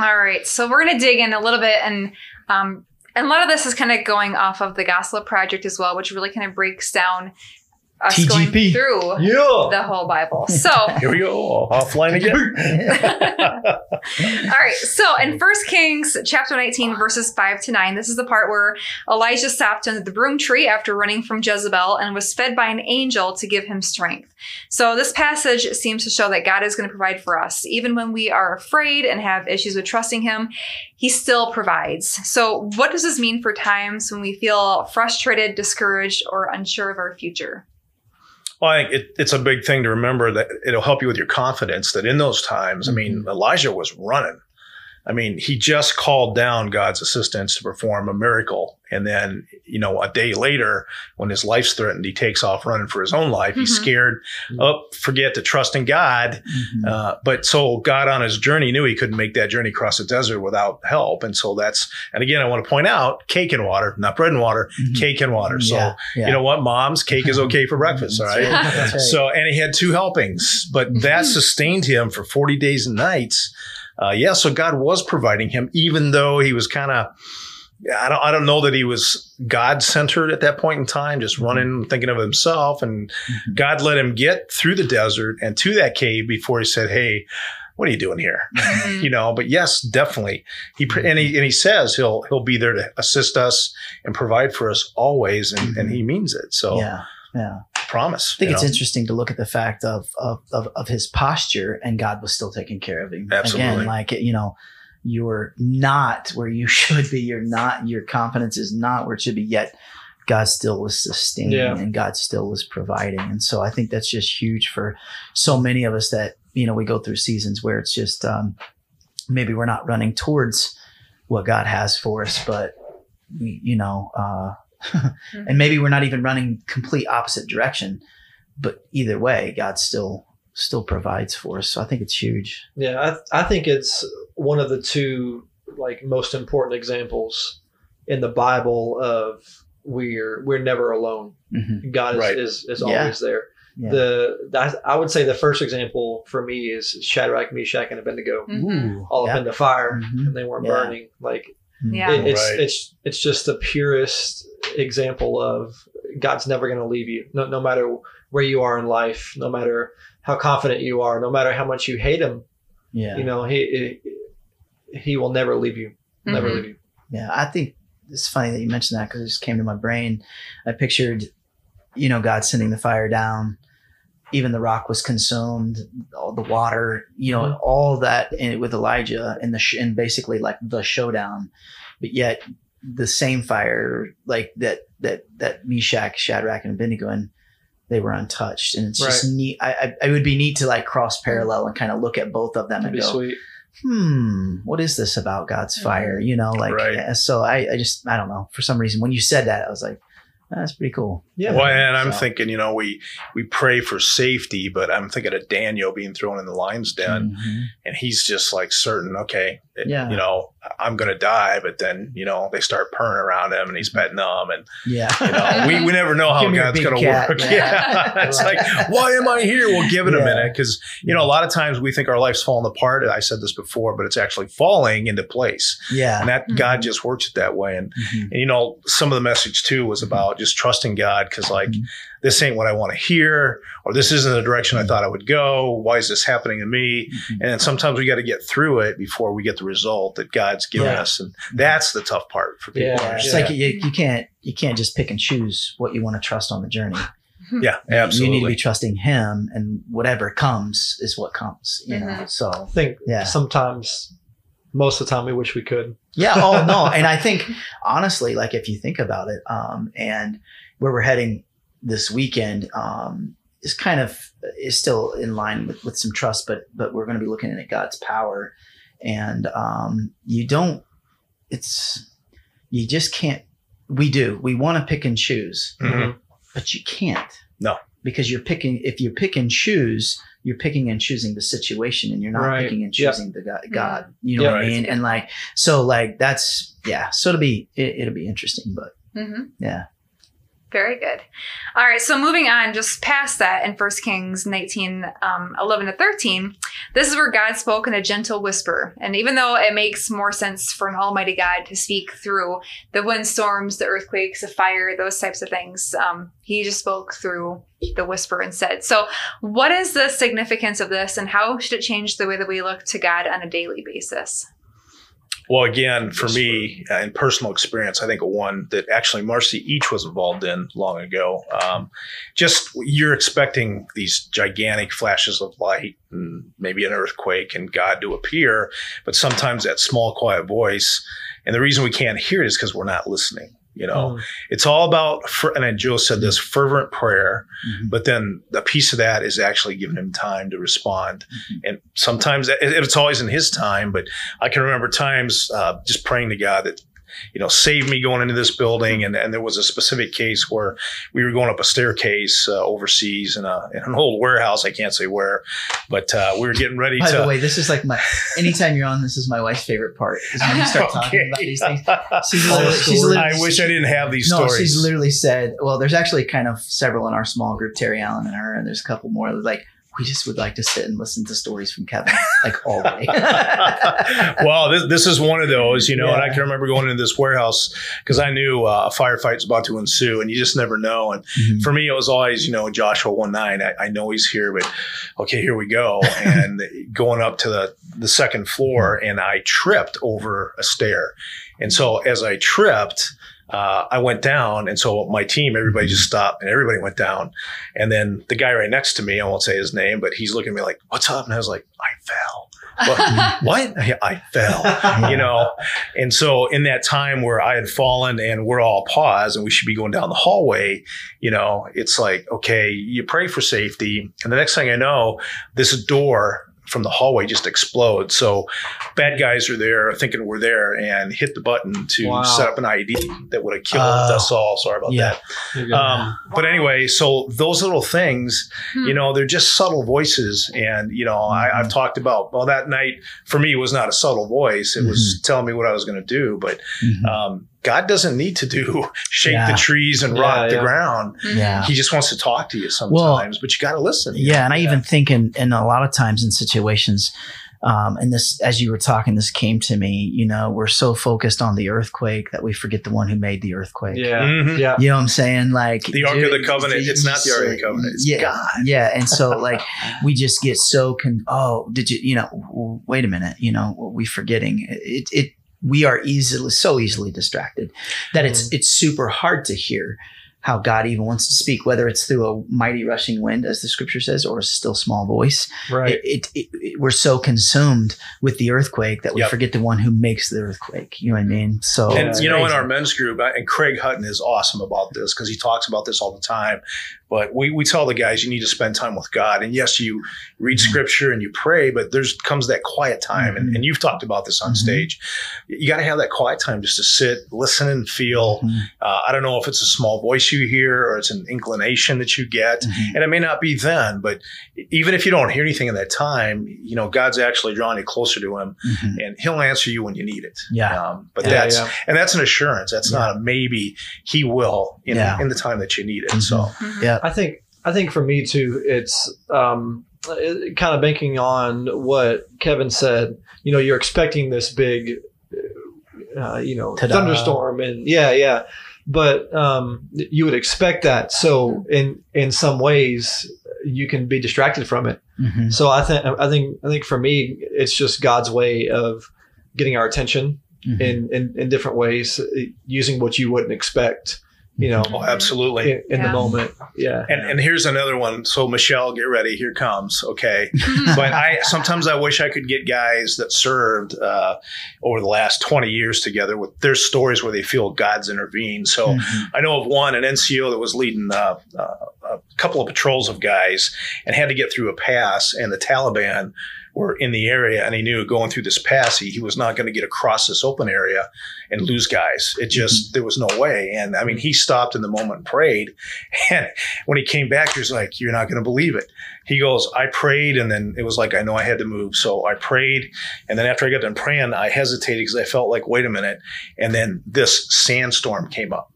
Speaker 1: All right, so we're going to dig in a little bit, and um, and a lot of this is kind of going off of the Gospel Project as well, which really kind of breaks down us going
Speaker 3: TGP.
Speaker 1: through
Speaker 2: Yeah.
Speaker 1: the whole Bible. So
Speaker 4: Here we go, offline again.
Speaker 1: all right. So in 1 Kings chapter 19, verses 5 to 9, this is the part where Elijah stopped under the broom tree after running from Jezebel and was fed by an angel to give him strength. So this passage seems to show that God is going to provide for us. Even when we are afraid and have issues with trusting him, he still provides. So what does this mean for times when we feel frustrated, discouraged, or unsure of our future?
Speaker 4: Well, I think it, it's a big thing to remember that it'll help you with your confidence that in those times, I
Speaker 3: Mm-hmm.
Speaker 4: mean, Elijah was running. I mean, he just called down God's assistance to perform a miracle. And then, you know, a day later, when his life's threatened, he takes off running for his own life. He's
Speaker 1: Mhm.
Speaker 3: Mm-hmm.
Speaker 4: scared, oh, forget to trust in God.
Speaker 3: Mhm.
Speaker 4: Uh, but so God on his journey knew he couldn't make that journey across the desert without help. And so that's, and again, I want to point out cake and water, not bread and water,
Speaker 3: Mhm.
Speaker 4: cake and water. So,
Speaker 3: Yeah, yeah. Mm-hmm.
Speaker 4: you know what, moms, cake is okay for breakfast. All
Speaker 3: That's
Speaker 4: right.
Speaker 3: right, that's right. Mm-hmm.
Speaker 4: So, and he had two helpings, but that sustained him for 40 days and nights. Uh, yeah, so God was providing him, even though he was kind of, I don't, I don't know that he was God centered at that point in time, just
Speaker 3: Mm-hmm.
Speaker 4: running, thinking of himself. And
Speaker 3: Mhm.
Speaker 4: God let him get through the desert and to that cave before he said, Hey, what are you doing here?
Speaker 3: Mm-hmm.
Speaker 4: You know, but yes, definitely. He pr- and he and he says he'll he'll be there to assist us and provide for us always, and, and he means it. So
Speaker 3: Mm-hmm. yeah, yeah.
Speaker 4: promise.
Speaker 3: I think
Speaker 4: you
Speaker 3: it's
Speaker 4: know?
Speaker 3: interesting to look at the fact of, of of of his posture, and God was still taking care of him.
Speaker 4: Absolutely.
Speaker 3: Again, like you know, you're not where you should be. You're not. Your confidence is not where it should be. Yet, God still was sustaining,
Speaker 2: Yeah.
Speaker 3: and God still was providing. And so, I think that's just huge for so many of us that you know we go through seasons where it's just um, maybe we're not running towards what God has for us, but we- you know, uh, and maybe we're not even running complete opposite direction, but either way, God still still provides for us. So I think it's huge.
Speaker 2: Yeah, I, th- I think it's one of the two like most important examples in the Bible of we're we're never alone.
Speaker 3: Mhm.
Speaker 2: God is
Speaker 4: Right.
Speaker 2: is, is
Speaker 3: Yeah.
Speaker 2: always there.
Speaker 3: Yeah.
Speaker 2: The that, I would say the first example for me is Shadrach, Meshach, and Abednego
Speaker 1: Mhm.
Speaker 2: all
Speaker 3: Yeah.
Speaker 2: up in the fire
Speaker 3: Mhm.
Speaker 2: and they weren't
Speaker 3: Yeah.
Speaker 2: burning. Like
Speaker 1: Yeah.
Speaker 2: it, it's
Speaker 4: Right.
Speaker 2: it's it's just the purest example of God's never going to leave you. No, no matter where you are in life, no matter how confident you are, no matter how much you hate Him,
Speaker 3: Yeah.
Speaker 2: You know, he he will never leave you. Never
Speaker 1: Mhm.
Speaker 2: leave you.
Speaker 3: Yeah, I think it's funny that you mentioned that because it just came to my brain. I pictured, you know, God sending the fire down. Even the rock was consumed, all the water, you know,
Speaker 2: Mhm.
Speaker 3: all that in, with Elijah and the sh- and basically like the showdown. But yet, the same fire, like that, that that Meshach, Shadrach, and Abednego, and they were untouched. And it's just neat. I, I, it would be neat to like cross parallel and kind of look at both of them
Speaker 2: That'd be
Speaker 3: and go,
Speaker 2: sweet.
Speaker 3: hmm, what is this about God's fire? You know, like, eh,
Speaker 4: Right.
Speaker 3: so I, I just, I don't know. For some reason, when you said that, I was like, that's pretty cool.
Speaker 2: Yeah.
Speaker 4: Well, and I'm
Speaker 3: So-
Speaker 4: thinking, you know, we we pray for safety, but I'm thinking of Daniel being thrown in the lion's den,
Speaker 3: Mhm.
Speaker 4: and he's just like certain, okay, it-
Speaker 3: Yeah.
Speaker 4: you know, I'm gonna die, but then you know they start purring around him, and he's petting them, and
Speaker 3: Yeah.
Speaker 4: you know, we we never know
Speaker 3: Mm-hmm.
Speaker 4: how
Speaker 3: Give me your
Speaker 4: God's
Speaker 3: big
Speaker 4: gonna
Speaker 3: cat.
Speaker 4: work.
Speaker 3: Yeah.
Speaker 4: Yeah, it's like, why am I here? Well, give it
Speaker 3: Yeah.
Speaker 4: a minute, because you know, a lot of times we think our life's falling apart. I said this before, but it's actually falling into place,
Speaker 3: Yeah.
Speaker 4: and that
Speaker 3: Mm-hmm.
Speaker 4: God just works it that way, and
Speaker 3: Mhm.
Speaker 4: and you know, some of the message too was
Speaker 3: Mm-hmm.
Speaker 4: about just trusting God because like
Speaker 3: Mhm.
Speaker 4: this ain't what I want to hear, or this isn't the direction
Speaker 3: Mm-hmm.
Speaker 4: I thought I would go. Why is this happening to me?
Speaker 3: Mhm.
Speaker 4: And then sometimes we got to get through it before we get the result that God's given
Speaker 3: Yeah.
Speaker 4: us, and that's the tough part for people.
Speaker 2: Yeah.
Speaker 4: to
Speaker 3: Yeah. It's
Speaker 4: understand.
Speaker 3: like you, you can't, you can't just pick and choose what you want to trust on the journey.
Speaker 4: yeah,
Speaker 3: You need to
Speaker 4: absolutely.
Speaker 3: be trusting him and whatever comes is what comes, you know?
Speaker 1: Mhm.
Speaker 3: So
Speaker 2: I think
Speaker 3: Yeah.
Speaker 2: sometimes, most of the time, we wish we could.
Speaker 3: Yeah. Oh no. And I think honestly, like if you think about it, um, and where we're heading this weekend, um, is kind of is still in line with, with some trust, but but we're going to be looking at God's power, and um, you don't. It's you just can't. We do. We want to pick and choose,
Speaker 4: Mhm.
Speaker 3: but you can't.
Speaker 4: No.
Speaker 3: Because you're picking. If you pick and choose, you're picking and choosing the situation, and you're not
Speaker 2: Right.
Speaker 3: picking and
Speaker 2: Yeah.
Speaker 3: choosing the God. God. You know
Speaker 2: Yeah.
Speaker 3: what I
Speaker 4: Right.
Speaker 3: mean? And like so like that's yeah. So it'll be it, it'll be interesting, but
Speaker 1: Mm-hmm.
Speaker 3: yeah.
Speaker 1: Very good. All right. So moving on, just past that in 1 Kings 19, um, 11 to 13, this is where God spoke in a gentle whisper. And even though it makes more sense for an almighty God to speak through the windstorms, the earthquakes, the fire, those types of things, um, he just spoke through the whisper and said, so what is the significance of this and how should it change the way that we look to God on a daily basis?
Speaker 4: Well, again, for me, uh, in personal experience, I think one that actually Marcy Each was involved in long ago. Um, just you're expecting these gigantic flashes of light and maybe an earthquake and God to appear, but sometimes that small, quiet voice. And the reason we can't hear it is because we're not listening. You know,
Speaker 2: Mm.
Speaker 4: it's all about, fer- and then Joe said this fervent prayer, but then a piece of that is actually giving him time to respond and sometimes it- it's always in his time but i can remember times uh, just praying to god that you know save me going into this building and, and there was a specific case where we were going up a staircase uh, overseas in, a, in an old warehouse i can't say where but uh, we were getting ready
Speaker 3: By
Speaker 4: to
Speaker 3: the way, this is like my anytime you're on, this is my wife's favorite part is when you start talking about these things. She's
Speaker 2: All the
Speaker 3: literally, Oh, she's
Speaker 2: stories.
Speaker 3: literally
Speaker 4: i wish i didn't have these
Speaker 3: no,
Speaker 4: stories
Speaker 3: she's literally said, well, there's actually kind of several in our small group, Terry Allen and her, and there's a couple more like we just would like to sit and listen to stories from Kevin like all day.
Speaker 4: Mm-hmm. well, this, this is one of those, you know, and I
Speaker 3: Yeah.
Speaker 4: can remember going into this warehouse because I knew uh, a firefight's about to ensue and you just never know. And for me, it was always, you know, Joshua 1 9. I, I know he's here, but okay, here we go. And going up to the, the second floor, and I tripped over a stair. And so as I tripped, uh, I went down. And so my team, everybody just stopped and everybody went down. And then the guy right next to me, I won't say his name, but he's looking at me like, What's up? And I was like, I fell. What? what? Yeah, I fell you know and so in that time where i had fallen and we're all paused and we should be going down the hallway you know it's like okay you pray for safety and the next thing i know this door from the hallway just explodes so bad guys are there thinking we're there and hit the button to
Speaker 2: Wow.
Speaker 4: set up an id that would have killed
Speaker 3: Oh.
Speaker 4: us all sorry about
Speaker 3: Yeah.
Speaker 4: that
Speaker 2: You're good.
Speaker 4: um, but anyway, so those little things,
Speaker 1: Hmm.
Speaker 4: you know, they're just subtle voices. And, you know,
Speaker 3: Hmm.
Speaker 4: I, I've talked about, well, that night for me was not a subtle voice. It was
Speaker 3: Hmm.
Speaker 4: telling me what I was going to do. But
Speaker 3: Mm-hmm.
Speaker 4: um, God doesn't need to do shake
Speaker 3: Yeah.
Speaker 4: the trees and
Speaker 2: Yeah,
Speaker 4: rock the
Speaker 2: yeah.
Speaker 4: ground.
Speaker 3: yeah.
Speaker 4: He just wants to talk to you sometimes,
Speaker 3: Well,
Speaker 4: but you got to listen.
Speaker 3: Yeah, and I even think in, in a lot of times in situations, Um, and this, as you were talking, this came to me. You know, we're so focused on the earthquake that we forget the one who made the earthquake.
Speaker 2: Yeah.
Speaker 4: Mhm.
Speaker 2: Yeah.
Speaker 3: You know what I'm saying? Like
Speaker 4: The Ark of the Covenant. It's not the Ark of the Covenant. It's
Speaker 3: yeah,
Speaker 4: God.
Speaker 3: Yeah, and so like we just get so con. Oh, did you? You know, w- wait a minute. You know, what we forgetting it. It we are easily so easily distracted that it's it's super hard to hear how God even wants to speak, whether it's through a mighty rushing wind, as the scripture says, or a still small voice.
Speaker 2: Right.
Speaker 3: It, it, it- we're so consumed with the earthquake that we
Speaker 4: Yep.
Speaker 3: forget the one who makes the earthquake. You know what I mean? So
Speaker 4: and
Speaker 2: that's
Speaker 4: you know, in
Speaker 3: crazy.
Speaker 4: our men's group, I- and Craig Hutton is awesome about this because he talks about this all the time. But we we tell the guys you need to spend time with God, and yes, you read
Speaker 3: Mhm.
Speaker 4: scripture and you pray, but there's comes that quiet time, and,
Speaker 3: Mhm.
Speaker 4: and you've talked about this on
Speaker 3: Mhm.
Speaker 4: stage. You got to have that quiet time just to sit, listen, and feel.
Speaker 3: Mhm.
Speaker 4: Uh, I don't know if it's a small voice you hear or it's an inclination that you get.
Speaker 3: Mhm.
Speaker 4: And it may not be then, but e, even if you don't hear anything in that time, you know, God's actually drawing you closer to Him
Speaker 3: Mhm.
Speaker 4: and He'll answer you when you need it.
Speaker 3: yeah.
Speaker 4: Um, but
Speaker 3: Yeah,
Speaker 4: that's
Speaker 2: yeah.
Speaker 4: and that's an assurance. That's
Speaker 3: Yeah.
Speaker 4: not a maybe. He will in,
Speaker 3: Yeah.
Speaker 4: in the time that you need it.
Speaker 3: Mhm.
Speaker 4: So
Speaker 1: Mhm.
Speaker 3: Yeah.
Speaker 2: I think I think for me too, it's um, it, kind of banking on what Kevin said. You know, you're expecting this big, uh, you know,
Speaker 3: Ta-da.
Speaker 2: thunderstorm, and yeah, yeah. But um, you would expect that. So in in some ways, you can be distracted from it.
Speaker 3: Mhm.
Speaker 2: So I think I think I think for me, it's just God's way of getting our attention
Speaker 3: Mhm.
Speaker 2: in in, in different ways, eh, using what you wouldn't expect. You know,
Speaker 4: oh, absolutely.
Speaker 2: in, in the
Speaker 1: Yeah.
Speaker 2: moment, yeah.
Speaker 4: And, and here's another one. So Michelle, get ready. Here comes. Okay. But I sometimes I wish I could get guys that served uh, over the last 20 years together with their stories where they feel God's intervened. So
Speaker 3: Mhm.
Speaker 4: I know of one, an NCO that was leading uh, uh, a couple of patrols of guys and had to get through a pass, and the Taliban were in the area, and he knew going through this pass, he, he was not going to get across this open area and lose guys. It just there was no way. And I mean, he stopped in the moment and prayed, and when he came back, he was like, "You're not going to believe it." He goes, "I prayed, and then it was like I know I had to move, so I prayed, and then after I got done praying, I hesitated because I felt like, wait a minute, and then this sandstorm came up."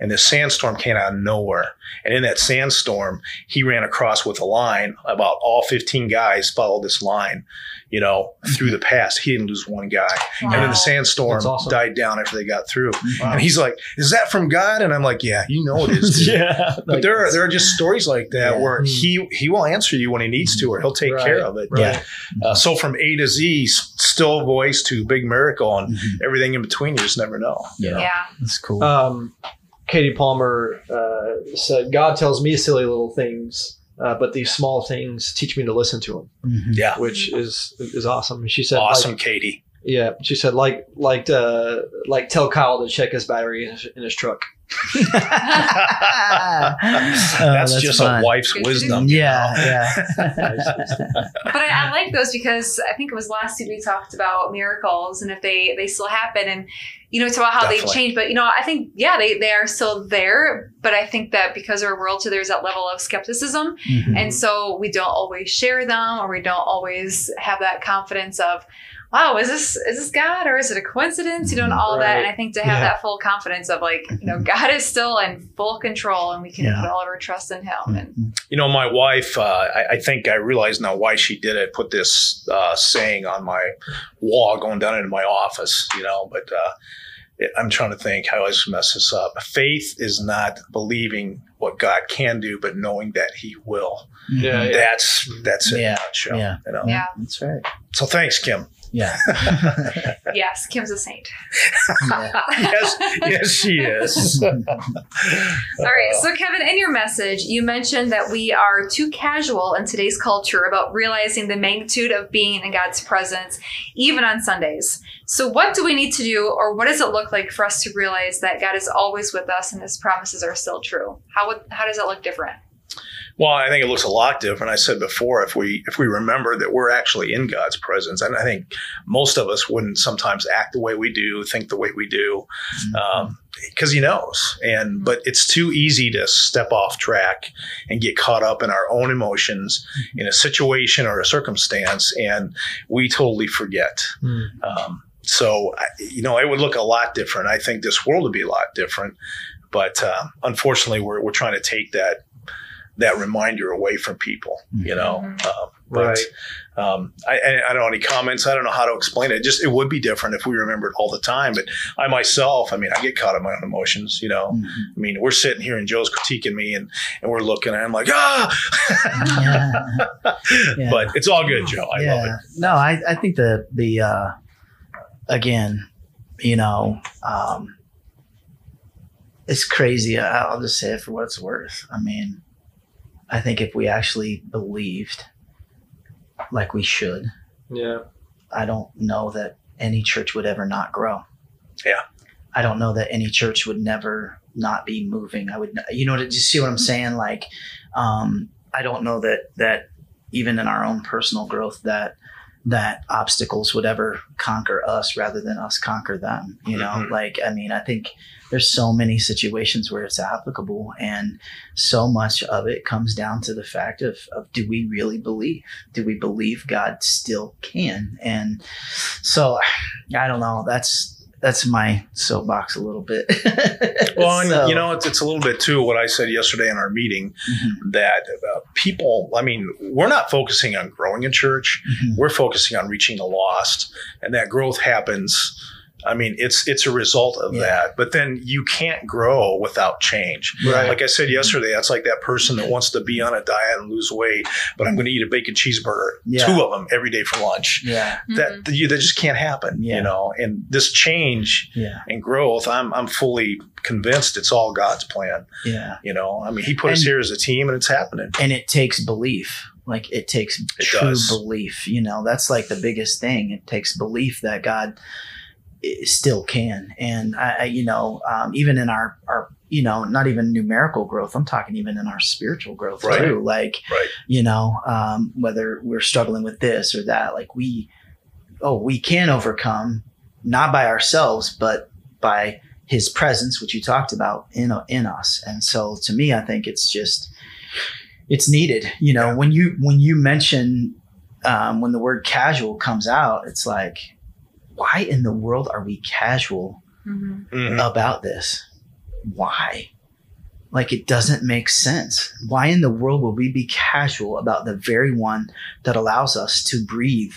Speaker 4: and this sandstorm came out of nowhere. And in that sandstorm, he ran across with a line. About all 15 guys followed this line, you know, through the pass. He didn't lose one guy. And then the sandstorm
Speaker 2: That's awesome.
Speaker 4: died down after they got through.
Speaker 2: Wow.
Speaker 3: Mm-hmm.
Speaker 4: And he's like, "Is that from God?" And I'm like, "Yeah, you know it is." dude."
Speaker 2: yeah.
Speaker 4: But there are there are just stories like that
Speaker 3: Yeah.
Speaker 4: where
Speaker 2: Mm.
Speaker 4: he he will answer you when he needs to, or he'll take
Speaker 2: Right.
Speaker 4: care of it.
Speaker 2: Right.
Speaker 3: Yeah.
Speaker 4: Uh, so from A to Z, s- still voice to big miracle and
Speaker 3: Mhm.
Speaker 4: everything in between, you just never know.
Speaker 3: Yeah.
Speaker 1: Yeah.
Speaker 3: That's
Speaker 4: Uh,
Speaker 3: cool.
Speaker 2: Um, Katie Palmer uh, said, "God tells me silly little things, uh, but these small things teach me to listen to Him,"
Speaker 3: Mhm.
Speaker 4: Yeah,
Speaker 2: which is is awesome. She said, like-
Speaker 4: awesome, Katie.
Speaker 2: yeah, she said, "Like like uh, like tell Kyle to check his battery in his, in his truck."
Speaker 4: that's,
Speaker 3: Oh,
Speaker 4: just
Speaker 3: fun.
Speaker 4: a wife's
Speaker 1: Good
Speaker 4: wisdom. you
Speaker 3: Yeah,
Speaker 4: know?
Speaker 3: yeah.
Speaker 1: But I, I like those because I think it was last week we talked about miracles and if they they still happen and you know it's about how they've
Speaker 4: Definitely.
Speaker 1: changed. But you know I think yeah they they are still there. But I think that because our world too, there's that level of skepticism
Speaker 3: Mhm.
Speaker 1: And so we don't always share them or we don't always have that confidence of, wow, is this is this God or is it a coincidence? You know, and all that.
Speaker 2: Right.
Speaker 1: And I think to have
Speaker 2: Yeah.
Speaker 1: that full confidence of like, you know, God is still in full control and we can
Speaker 3: Yeah.
Speaker 1: put all of our trust in him. And
Speaker 3: Mhm.
Speaker 4: You know, my wife, uh, I, I think I realize now why she did it, put this uh, saying on my wall going down into my office, you know, but uh, it, I'm trying to think how I always mess this up. Faith is not believing what God can do, but knowing that he will.
Speaker 3: Mm-hmm.
Speaker 2: Yeah, yeah.
Speaker 4: That's that's it.
Speaker 3: Yeah,
Speaker 4: Michelle,
Speaker 3: Mm-hmm. yeah.
Speaker 4: you know?
Speaker 1: Yeah.
Speaker 3: That's right.
Speaker 4: So thanks, Kim.
Speaker 3: Yeah.
Speaker 1: yes, Kim's a saint.
Speaker 3: Yeah.
Speaker 4: Yes, yes, she is.
Speaker 1: All right. So, Kevin, in your message, you mentioned that we are too casual in today's culture about realizing the magnitude of being in God's presence, even on Sundays. So, what do we need to do, or what does it look like for us to realize that God is always with us and His promises are still true? How would, how does that look different?
Speaker 4: Well, I think it looks a lot different. I said before, if we if we remember that we're actually in God's presence, and I think most of us wouldn't sometimes act the way we do, think the way we do, because He knows. And but it's too easy to step off track and get caught up in our own emotions in a situation or a circumstance, and we totally forget.
Speaker 2: Hmm.
Speaker 4: Um, so, I- you know, it would look a lot different. I think this world would be a lot different. But um, unfortunately, we're, we're trying to take that that reminder away from people, you know,
Speaker 1: Mhm.
Speaker 4: um, But
Speaker 2: Right.
Speaker 4: um, I, I, I don't have any comments. I don't know how to explain it. Just it would be different if we remembered all the time. But I myself, I mean, I get caught in my own emotions. You know,
Speaker 3: Mhm.
Speaker 4: I mean, we're sitting here and Joe's critiquing me, and and we're looking, and I'm like, ah.
Speaker 3: Yeah. Yeah.
Speaker 4: But it's all good, Joe. I love it.
Speaker 3: No, I, I think the the uh, again, you know, um, it's crazy. I- I'll just say it for what it's worth. I mean, I think if we actually believed like we should,
Speaker 2: Yeah.
Speaker 3: I don't know that any church would ever not grow.
Speaker 4: Yeah.
Speaker 3: I don't know that any church would never not be moving. I would, you know, did you see what I'm saying? Like, um, I don't know that, that even in our own personal growth, that, that obstacles would ever conquer us rather than us conquer them. You know,
Speaker 4: Mhm.
Speaker 3: like, I mean, I think there's so many situations where it's applicable and so much of it comes down to the fact of, of do we really believe? do we believe God still can? And so I don't know. That's that's my soapbox a little bit.
Speaker 4: Well, and,
Speaker 3: So-
Speaker 4: you know, it's, it's a little bit too what I said yesterday in our meeting
Speaker 3: Mhm,
Speaker 4: that uh, people, I mean, we're not focusing on growing a church.
Speaker 3: mhm.
Speaker 4: we're focusing on reaching the lost and that growth happens i mean it's it's a result of
Speaker 3: Yeah.
Speaker 4: that but then you can't grow without change
Speaker 2: Right.
Speaker 4: like i said
Speaker 3: Mm-hmm.
Speaker 4: yesterday that's like that person that wants to be on a diet and lose weight but i'm going to eat a bacon cheeseburger
Speaker 3: Yeah.
Speaker 4: two of them every day for lunch
Speaker 3: yeah,
Speaker 1: Mhm.
Speaker 4: that you, that just can't happen
Speaker 3: Yeah.
Speaker 4: you know and this change
Speaker 3: yeah,
Speaker 4: and growth i'm i'm fully convinced it's all god's plan
Speaker 3: yeah.
Speaker 4: you know i mean he put us
Speaker 3: And-
Speaker 4: here as a team and it's happening
Speaker 3: And it takes belief. Like it takes true
Speaker 4: does.
Speaker 3: belief. You know, that's like the biggest thing. It takes belief that God i- still can. And I, I you know, um, even in our our you know, not even numerical growth. I'm talking even in our spiritual growth
Speaker 4: Right.
Speaker 3: too. Like
Speaker 4: right
Speaker 3: you know um, whether we're struggling with this or that like we oh we can overcome not by ourselves but by his presence which you talked about in in us and so to me i think it's just it's needed you know when you when you mention um, when the word casual comes out it's like why in the world are we casual
Speaker 1: Mhm.
Speaker 4: Mhm.
Speaker 3: about this. Why? Like it doesn't make sense. Why in the world would we be casual about the very one that allows us to breathe?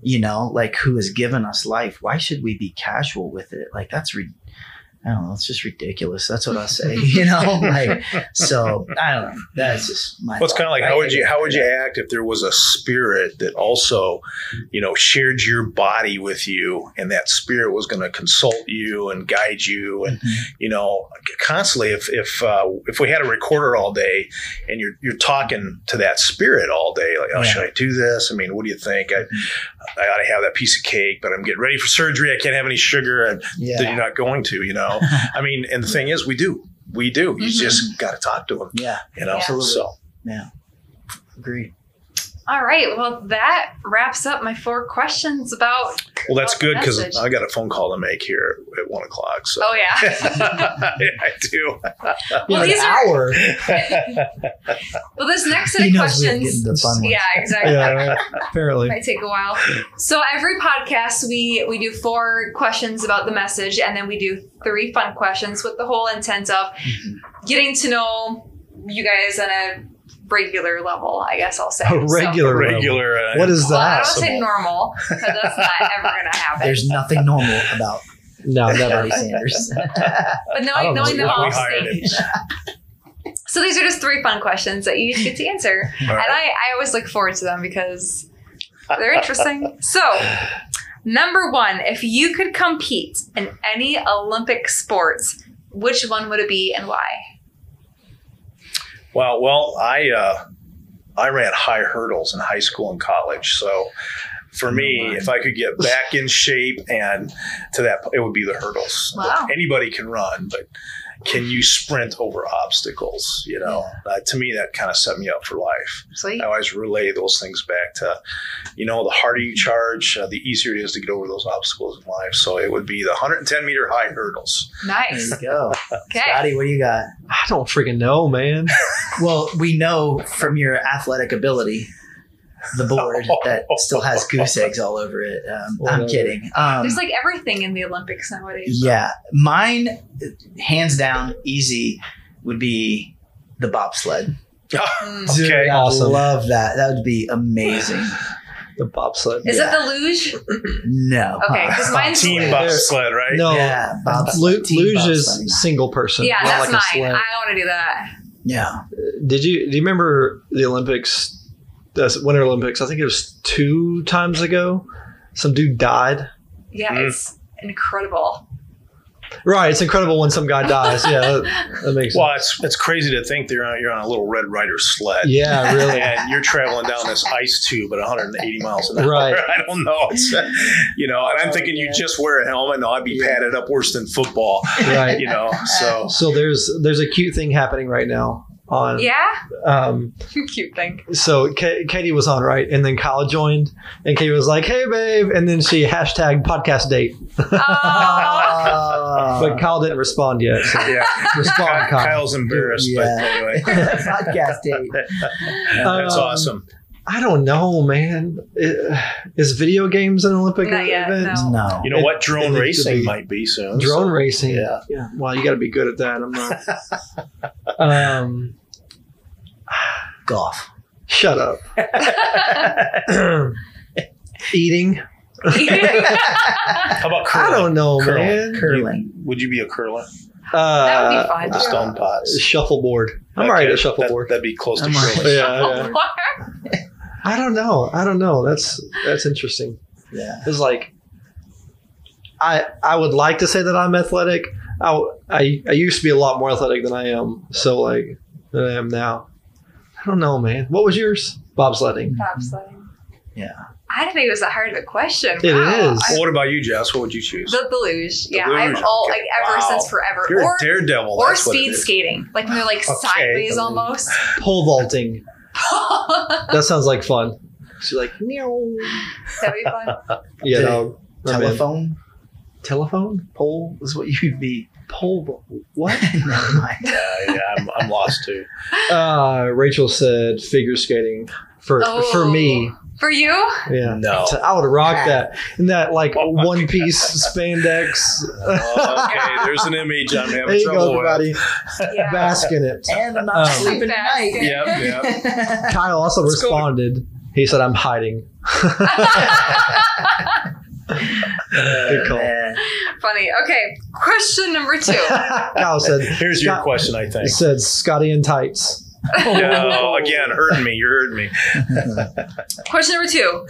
Speaker 3: You know, like who has given us life? Why should we be casual with it? Like that's re- I don't know. It's just ridiculous. That's what I say. You know, like so. I don't know. That's just my.
Speaker 4: Well, it's
Speaker 3: thought.
Speaker 4: kind of like
Speaker 3: I
Speaker 4: how would
Speaker 3: think
Speaker 4: you
Speaker 3: it's
Speaker 4: how would
Speaker 3: pretty-
Speaker 4: you act if there was a spirit that also, you know, shared your body with you, and that spirit was going to consult you and guide you, and
Speaker 3: Mhm.
Speaker 4: you know, constantly. If if uh, if we had a recorder all day, and you're you're talking to that spirit all day, like, oh,
Speaker 3: Yeah.
Speaker 4: should I do this? I mean, what do you think? I I ought to have that piece of cake, but I'm getting ready for surgery. I can't have any sugar, and that
Speaker 3: Yeah.
Speaker 4: you're not going to, you know. I mean, and the thing is, we do, we do. You
Speaker 1: Mhm.
Speaker 4: just got to talk to them,
Speaker 3: Mm-hmm. Yeah.
Speaker 4: you know.
Speaker 1: Yeah.
Speaker 4: So.
Speaker 3: Agreed.
Speaker 1: All right. Well, that wraps up my four questions about.
Speaker 4: Well, that's
Speaker 1: Awesome
Speaker 4: good because
Speaker 1: Oh, message.
Speaker 4: I got a phone call to make here at one o'clock. So
Speaker 1: Oh yeah.
Speaker 4: I do.
Speaker 1: Well,
Speaker 3: An
Speaker 1: these are-
Speaker 3: hour.
Speaker 1: Well, this next set
Speaker 3: He
Speaker 1: of
Speaker 3: knows we're getting
Speaker 1: questions.
Speaker 3: the fun ones.
Speaker 1: Yeah, exactly.
Speaker 2: Yeah. Apparently.
Speaker 1: might take a while. So every podcast we we do four questions about the message and then we do three fun questions with the whole intent of
Speaker 3: Mhm.
Speaker 1: getting to know you guys on a regular level, I guess I'll say.
Speaker 2: A regular.
Speaker 4: Regular. Uh,
Speaker 2: What is
Speaker 1: So, well, I
Speaker 2: that?
Speaker 1: don't say
Speaker 4: Possible.
Speaker 1: normal because that's not ever gonna happen.
Speaker 3: There's nothing normal about
Speaker 2: No, never.
Speaker 3: Bernie Sanders.
Speaker 1: but
Speaker 2: I don't
Speaker 1: knowing
Speaker 2: know what
Speaker 1: knowing the
Speaker 4: we
Speaker 1: whole
Speaker 4: hired
Speaker 1: state. So these are just three fun questions that you each get to answer.
Speaker 4: All
Speaker 1: and
Speaker 4: right.
Speaker 1: I, I always look forward to them because they're interesting. so, number one, if you could compete in any Olympic sports, which one would it be and why?
Speaker 4: Well, well, I uh, I ran high hurdles in high school and college, so. For me,
Speaker 2: Oh,
Speaker 4: if I could get back in shape and to that, it would be the hurdles.
Speaker 1: Wow.
Speaker 4: Anybody can run, but can you sprint over obstacles? You know, uh, to me, that kind of set me up for life.
Speaker 1: Sweet.
Speaker 4: I always relay those things back to, you know, the harder you charge, uh, the easier it is to get over those obstacles in life. So it would be the 110 meter high hurdles.
Speaker 3: There
Speaker 1: Nice.
Speaker 3: you go.
Speaker 1: Okay.
Speaker 3: Scotty, what do you got?
Speaker 2: I don't freaking know, man.
Speaker 3: Well, we know from your athletic ability, the board that still has goose eggs all over it. Um, I'm
Speaker 2: Whatever.
Speaker 3: kidding. Um,
Speaker 1: There's like everything in the Olympics nowadays.
Speaker 3: yeah, mine, hands down, easy would be the bobsled.
Speaker 1: Mm.
Speaker 3: Dude,
Speaker 4: Okay.
Speaker 3: I
Speaker 2: Awesome.
Speaker 3: love that. That would be amazing.
Speaker 2: The bobsled.
Speaker 1: Is
Speaker 3: Yeah.
Speaker 1: it the luge?
Speaker 3: No.
Speaker 1: Okay, 'cause
Speaker 3: Huh.
Speaker 1: mine's-
Speaker 4: Team bobsled, right?
Speaker 2: No,
Speaker 3: yeah, bobs-
Speaker 2: Lu-
Speaker 3: team
Speaker 2: luge
Speaker 3: bobsledding.
Speaker 2: is single person.
Speaker 1: Yeah,
Speaker 2: not
Speaker 1: that's
Speaker 2: like a
Speaker 1: mine. I
Speaker 2: sled.
Speaker 1: don't want to do that.
Speaker 3: Yeah.
Speaker 2: Did you do you remember the Olympics? The Winter Olympics. I think it was two times ago. Some dude died.
Speaker 1: Yeah,
Speaker 4: Mm.
Speaker 1: it's incredible.
Speaker 2: Right, it's incredible when some guy dies. Yeah, that, that makes
Speaker 4: Well, it's it's crazy to think that you're on, you're on a little Red Rider sled.
Speaker 2: sense. Yeah, really.
Speaker 4: And you're traveling down this ice tube at 180 miles an hour.
Speaker 2: Right.
Speaker 4: I don't know. It's, you know, and I'm thinking you just wear a helmet. No, I'd be
Speaker 2: Yeah.
Speaker 4: padded up worse than football.
Speaker 2: Right.
Speaker 4: You know, so
Speaker 2: So there's there's a cute thing happening right now on
Speaker 1: Yeah,
Speaker 2: um
Speaker 1: cute thing.
Speaker 2: so K- Katie was on right, and then Kyle joined, and Katie was like, "Hey, babe," and then she hashtag podcast date,
Speaker 1: Oh,
Speaker 2: but Kyle didn't respond yet. So
Speaker 4: yeah,
Speaker 2: respond,
Speaker 4: Ky-
Speaker 2: Kyle.
Speaker 4: Kyle's embarrassed, but
Speaker 3: Yeah.
Speaker 4: anyway,
Speaker 3: podcast date.
Speaker 4: that's
Speaker 2: Um,
Speaker 4: awesome.
Speaker 2: I don't know, man. I- Is video games an Olympic
Speaker 1: Not yet,
Speaker 2: event?
Speaker 1: no.
Speaker 3: No.
Speaker 4: You know
Speaker 2: it-
Speaker 4: what?
Speaker 2: it
Speaker 4: Drone
Speaker 2: needs to
Speaker 4: racing
Speaker 2: be-
Speaker 4: might be soon.
Speaker 2: Drone racing.
Speaker 4: Yeah.
Speaker 2: yeah. Well, you got to be good at that. I'm not. um,
Speaker 3: golf.
Speaker 2: shut up. Eating.
Speaker 4: How about
Speaker 2: I
Speaker 4: curling?
Speaker 2: don't know,
Speaker 4: Curling.
Speaker 2: man.
Speaker 3: Curling.
Speaker 4: Would you be a curler?
Speaker 1: that would
Speaker 2: Uh,
Speaker 1: be fun.
Speaker 4: The stone pots.
Speaker 2: Shuffleboard. I'm all right at shuffleboard.
Speaker 4: That, would be close to
Speaker 3: I'm all right.
Speaker 4: curling.
Speaker 2: yeah, yeah. I don't know. I don't know. That's that's interesting.
Speaker 3: Yeah.
Speaker 2: is like I I would like to say that I'm athletic. I, I I used to be a lot more athletic than I am. So like than I am now. I don't know, man. What was yours? Bobsledding.
Speaker 1: Bobsledding.
Speaker 3: Yeah.
Speaker 1: I didn't think it was that hard of a question.
Speaker 2: It
Speaker 1: Wow.
Speaker 2: is.
Speaker 1: I-
Speaker 4: Well, what about you, Jess? What would you choose?
Speaker 1: the, the luge. Yeah,
Speaker 4: luge,
Speaker 1: I've all
Speaker 4: okay.
Speaker 1: like ever
Speaker 4: Wow.
Speaker 1: since forever.
Speaker 4: You're
Speaker 1: or
Speaker 4: a daredevil.
Speaker 1: or
Speaker 4: that's what it
Speaker 1: speed
Speaker 4: is.
Speaker 1: skating. Like when they're like
Speaker 4: Okay.
Speaker 1: sideways almost.
Speaker 2: Pole vaulting.
Speaker 1: That'd
Speaker 2: That sounds like fun. She's like, no.
Speaker 1: be fun.
Speaker 2: Yeah.
Speaker 3: Did-
Speaker 2: no, I'm in.
Speaker 3: Telephone
Speaker 2: Telephone?
Speaker 3: pole is what you'd be.
Speaker 2: Pole. vault- What?
Speaker 3: Never mind.
Speaker 4: Yeah, yeah, I'm, I'm lost too.
Speaker 2: Uh, Rachel said figure skating for for me.
Speaker 1: For you?
Speaker 2: Yeah.
Speaker 4: No.
Speaker 3: Oh.
Speaker 2: So I would rock that in that like
Speaker 4: Oh my
Speaker 2: one piece spandex.
Speaker 4: Oh, okay, there's an image I'm having
Speaker 2: there you
Speaker 4: trouble
Speaker 2: go,
Speaker 4: with.
Speaker 2: everybody.
Speaker 1: Yeah.
Speaker 2: Bask in it.
Speaker 3: And I'm
Speaker 2: Um,
Speaker 3: not sleeping
Speaker 1: Basket.
Speaker 3: tonight.
Speaker 4: Yep, yep.
Speaker 2: Kyle also
Speaker 4: Let's go.
Speaker 2: responded. He said, "I'm hiding." Good call.
Speaker 3: Man.
Speaker 1: Funny. Okay. Question number two.
Speaker 2: Kyle said,
Speaker 4: Here's your
Speaker 2: Scott-
Speaker 4: question, I think.
Speaker 2: "said Scotty in tights."
Speaker 4: No, again, hurting me. You're hurting me.
Speaker 1: Question number two.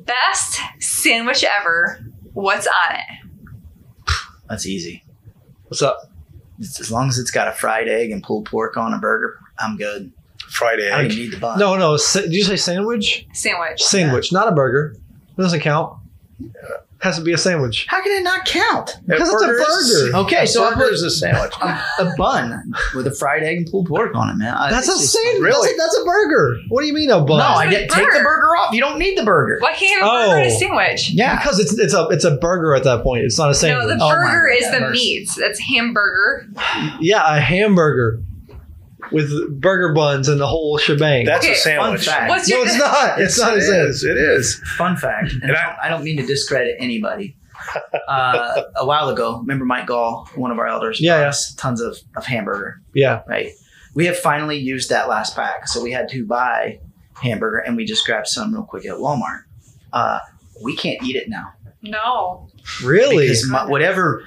Speaker 1: Best sandwich ever. What's on it?
Speaker 3: That's easy.
Speaker 2: What's up?
Speaker 3: It's, as long as it's got a fried egg and pulled pork on a burger, I'm good.
Speaker 4: Friday. eh?
Speaker 3: I don't even need the bun.
Speaker 2: No, no. sa- Did you say sandwich?
Speaker 1: Sandwich.
Speaker 2: Sandwich, not a burger. It doesn't count. Has to be a sandwich.
Speaker 3: How can it not count?
Speaker 2: Because it's a burger.
Speaker 3: Okay,
Speaker 4: A
Speaker 3: so I put-
Speaker 4: burger's a sandwich.
Speaker 3: A, a bun with a fried egg and pulled pork on it, man. I-
Speaker 2: That's a
Speaker 3: it's just-
Speaker 2: sandwich.
Speaker 4: Really?
Speaker 2: That's a, that's a burger. What do you mean a bun?
Speaker 3: No, I
Speaker 1: It's a
Speaker 3: get take the
Speaker 1: burger.
Speaker 3: burger off. You don't need the burger.
Speaker 1: Why can't you have a burger and a
Speaker 2: Oh.
Speaker 1: sandwich?
Speaker 3: Yeah.
Speaker 2: because it's it's a it's a burger at that point. It's not a
Speaker 1: No,
Speaker 2: sandwich.
Speaker 1: the
Speaker 3: Oh my
Speaker 1: burger is the
Speaker 3: goodness.
Speaker 1: meat. That's hamburger.
Speaker 2: Yeah, a hamburger with burger buns and the whole shebang.
Speaker 4: That's
Speaker 1: Okay,
Speaker 4: a
Speaker 1: fun
Speaker 4: sandwich.
Speaker 3: fact.
Speaker 1: What's
Speaker 2: no,
Speaker 1: your
Speaker 2: it's not. It's
Speaker 4: Yes,
Speaker 2: not.
Speaker 4: it
Speaker 2: a sandwich.
Speaker 4: is. It is.
Speaker 3: Fun fact, and,
Speaker 4: And
Speaker 3: I, don't, I don't mean to discredit anybody. Uh, a while ago, remember Mike Gall, one of our elders,
Speaker 2: Yeah,
Speaker 3: brought
Speaker 2: yeah.
Speaker 3: us tons of, of hamburger,
Speaker 2: Yeah.
Speaker 3: right? We have finally used that last pack. So we had to buy hamburger and we just grabbed some real quick at Walmart. Uh, we can't eat it now.
Speaker 1: No.
Speaker 2: Really?
Speaker 3: Because my, whatever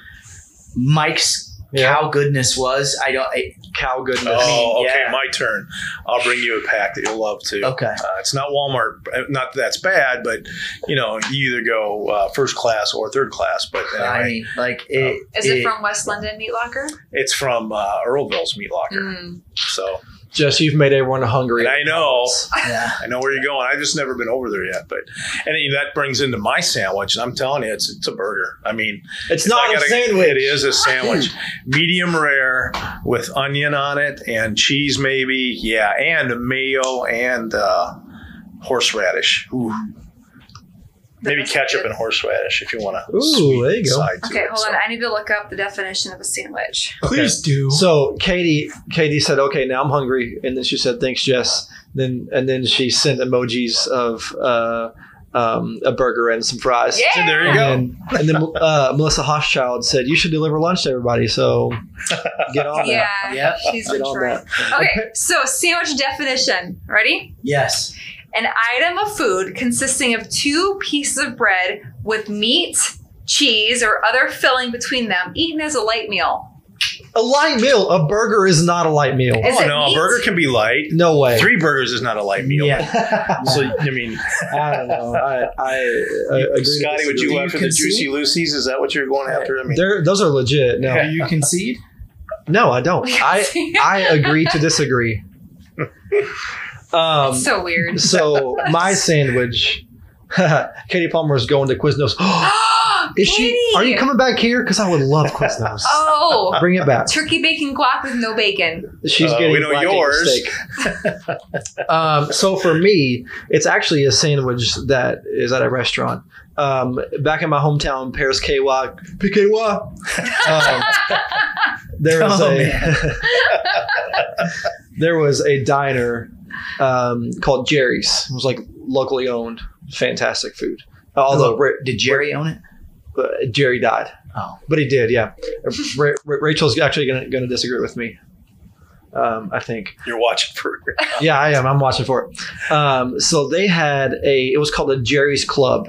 Speaker 3: Mike's
Speaker 2: Yeah.
Speaker 3: cow goodness was, I don't. I,
Speaker 2: cow goodness.
Speaker 4: Oh,
Speaker 3: mean,
Speaker 4: okay,
Speaker 3: yeah.
Speaker 4: my turn. I'll bring you a pack that you'll love too.
Speaker 3: okay.
Speaker 4: Uh, it's not Walmart. uh, Not that that's bad, but you know, you either go uh, first class or third class. But uh,
Speaker 3: I
Speaker 4: anyway,
Speaker 3: mean, like, it,
Speaker 1: Is it from West London Meat Locker?
Speaker 4: it's from uh, Earlville's Meat Locker.
Speaker 1: Mm.
Speaker 4: So
Speaker 2: Jess, you've made everyone hungry.
Speaker 4: and I know.
Speaker 3: Yeah.
Speaker 4: I know where you're going. I've just never been over there yet, but and you know, that brings into my sandwich. And I'm telling you, it's it's a burger. I mean,
Speaker 2: It's not a
Speaker 4: I gotta-
Speaker 2: sandwich.
Speaker 4: It is a sandwich, medium rare with onion on it and cheese, maybe. Yeah, and mayo and uh, horseradish. Ooh. Maybe
Speaker 1: That's
Speaker 4: ketchup
Speaker 1: good.
Speaker 4: and horseradish if you want to.
Speaker 2: Ooh, there you go.
Speaker 4: Side to
Speaker 1: Okay,
Speaker 4: it,
Speaker 1: hold
Speaker 4: so.
Speaker 1: on. I need to look up the definition of a sandwich.
Speaker 2: Please
Speaker 3: do.
Speaker 2: So Katie, Katie said, "Okay, now I'm hungry," and then she said, "Thanks, Jess." Then and then she sent emojis of uh, um, a burger and some fries.
Speaker 1: Yeah.
Speaker 4: So there you go.
Speaker 2: And, and then uh, Melissa Hochschild said, "You should deliver lunch to everybody." So get on that.
Speaker 1: Yeah.
Speaker 3: Yep.
Speaker 1: She's
Speaker 2: Get
Speaker 1: been
Speaker 2: on
Speaker 1: trying.
Speaker 2: that.
Speaker 1: Okay, so sandwich definition. Ready?
Speaker 3: Yes.
Speaker 1: An item of food consisting of two pieces of bread with meat, cheese, or other filling between them, eaten as a light meal.
Speaker 2: A light meal. A burger is not a light meal.
Speaker 1: Is
Speaker 4: oh
Speaker 1: it
Speaker 4: no,
Speaker 1: meat?
Speaker 4: a burger can be light.
Speaker 2: No way.
Speaker 4: Three burgers is not a light meal.
Speaker 3: Yeah.
Speaker 4: So I mean,
Speaker 2: I don't know. I, I, I agree to
Speaker 4: Scotty,
Speaker 2: disagree.
Speaker 4: would you
Speaker 3: Do
Speaker 4: go
Speaker 3: you
Speaker 4: after the juicy
Speaker 3: concede?
Speaker 4: Lucy's? Is that what you're going after? I mean,
Speaker 2: They're, those are legit. No,
Speaker 4: Yeah.
Speaker 3: Do you concede?
Speaker 2: no, I don't. I I agree to disagree. Um,
Speaker 1: It's so weird.
Speaker 2: so my sandwich, Katie Palmer's going to Quiznos. Is she? Are you
Speaker 1: Katie!
Speaker 2: coming back here? Because I would love Quiznos.
Speaker 1: Oh,
Speaker 2: Bring it back.
Speaker 1: turkey bacon guac with no bacon.
Speaker 2: She's
Speaker 4: Uh,
Speaker 2: getting
Speaker 4: we know
Speaker 2: black angus
Speaker 4: yours.
Speaker 2: steak. um, so for me, it's actually a sandwich that is at a restaurant. Um, back in my hometown, Paris KY, PKY. Um, there was
Speaker 3: Oh,
Speaker 2: a there was a diner um, called Jerry's. It was like locally owned, fantastic food.
Speaker 4: Oh.
Speaker 2: Although Ra-
Speaker 3: Did Jerry own it?
Speaker 2: uh, Jerry died.
Speaker 3: Oh.
Speaker 2: But he did, yeah. Ra- Ra- Rachel's actually going to disagree with me. Um, I think.
Speaker 4: you're watching for.
Speaker 2: Yeah, I am. I'm watching for it. Um, so they had a. It was called a Jerry's Club,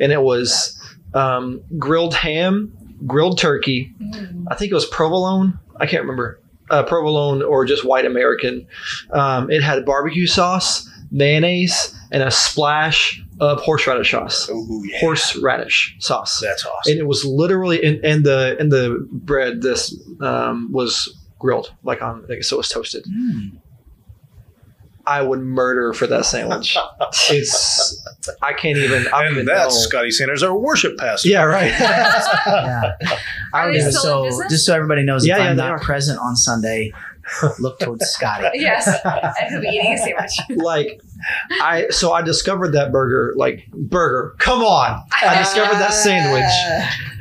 Speaker 2: and it was um, grilled ham, grilled turkey.
Speaker 1: Mm.
Speaker 2: I think it was provolone. I can't remember uh, provolone or just white American. Um, it had barbecue sauce, mayonnaise, and a splash of horseradish sauce.
Speaker 4: Oh yeah,
Speaker 2: Horseradish sauce
Speaker 4: that's awesome.
Speaker 2: and it was literally and, and the and the bread this um, was grilled like on like so it was toasted
Speaker 3: Hmm,
Speaker 2: i would murder for that sandwich it's i can't even i don't
Speaker 4: And
Speaker 2: even
Speaker 4: that's
Speaker 2: know.
Speaker 4: Scotty Sanders, our worship pastor.
Speaker 2: yeah right
Speaker 3: Yeah.
Speaker 1: Are
Speaker 3: I
Speaker 1: they
Speaker 3: would so
Speaker 1: still in business?
Speaker 3: just so everybody knows,
Speaker 2: Yeah,
Speaker 3: if
Speaker 2: yeah,
Speaker 3: I'm
Speaker 2: they
Speaker 3: not
Speaker 2: are.
Speaker 3: present on Sunday, look towards Scotty.
Speaker 1: Yes, I could be eating a sandwich.
Speaker 2: like i so i discovered that burger like burger come on i discovered that sandwich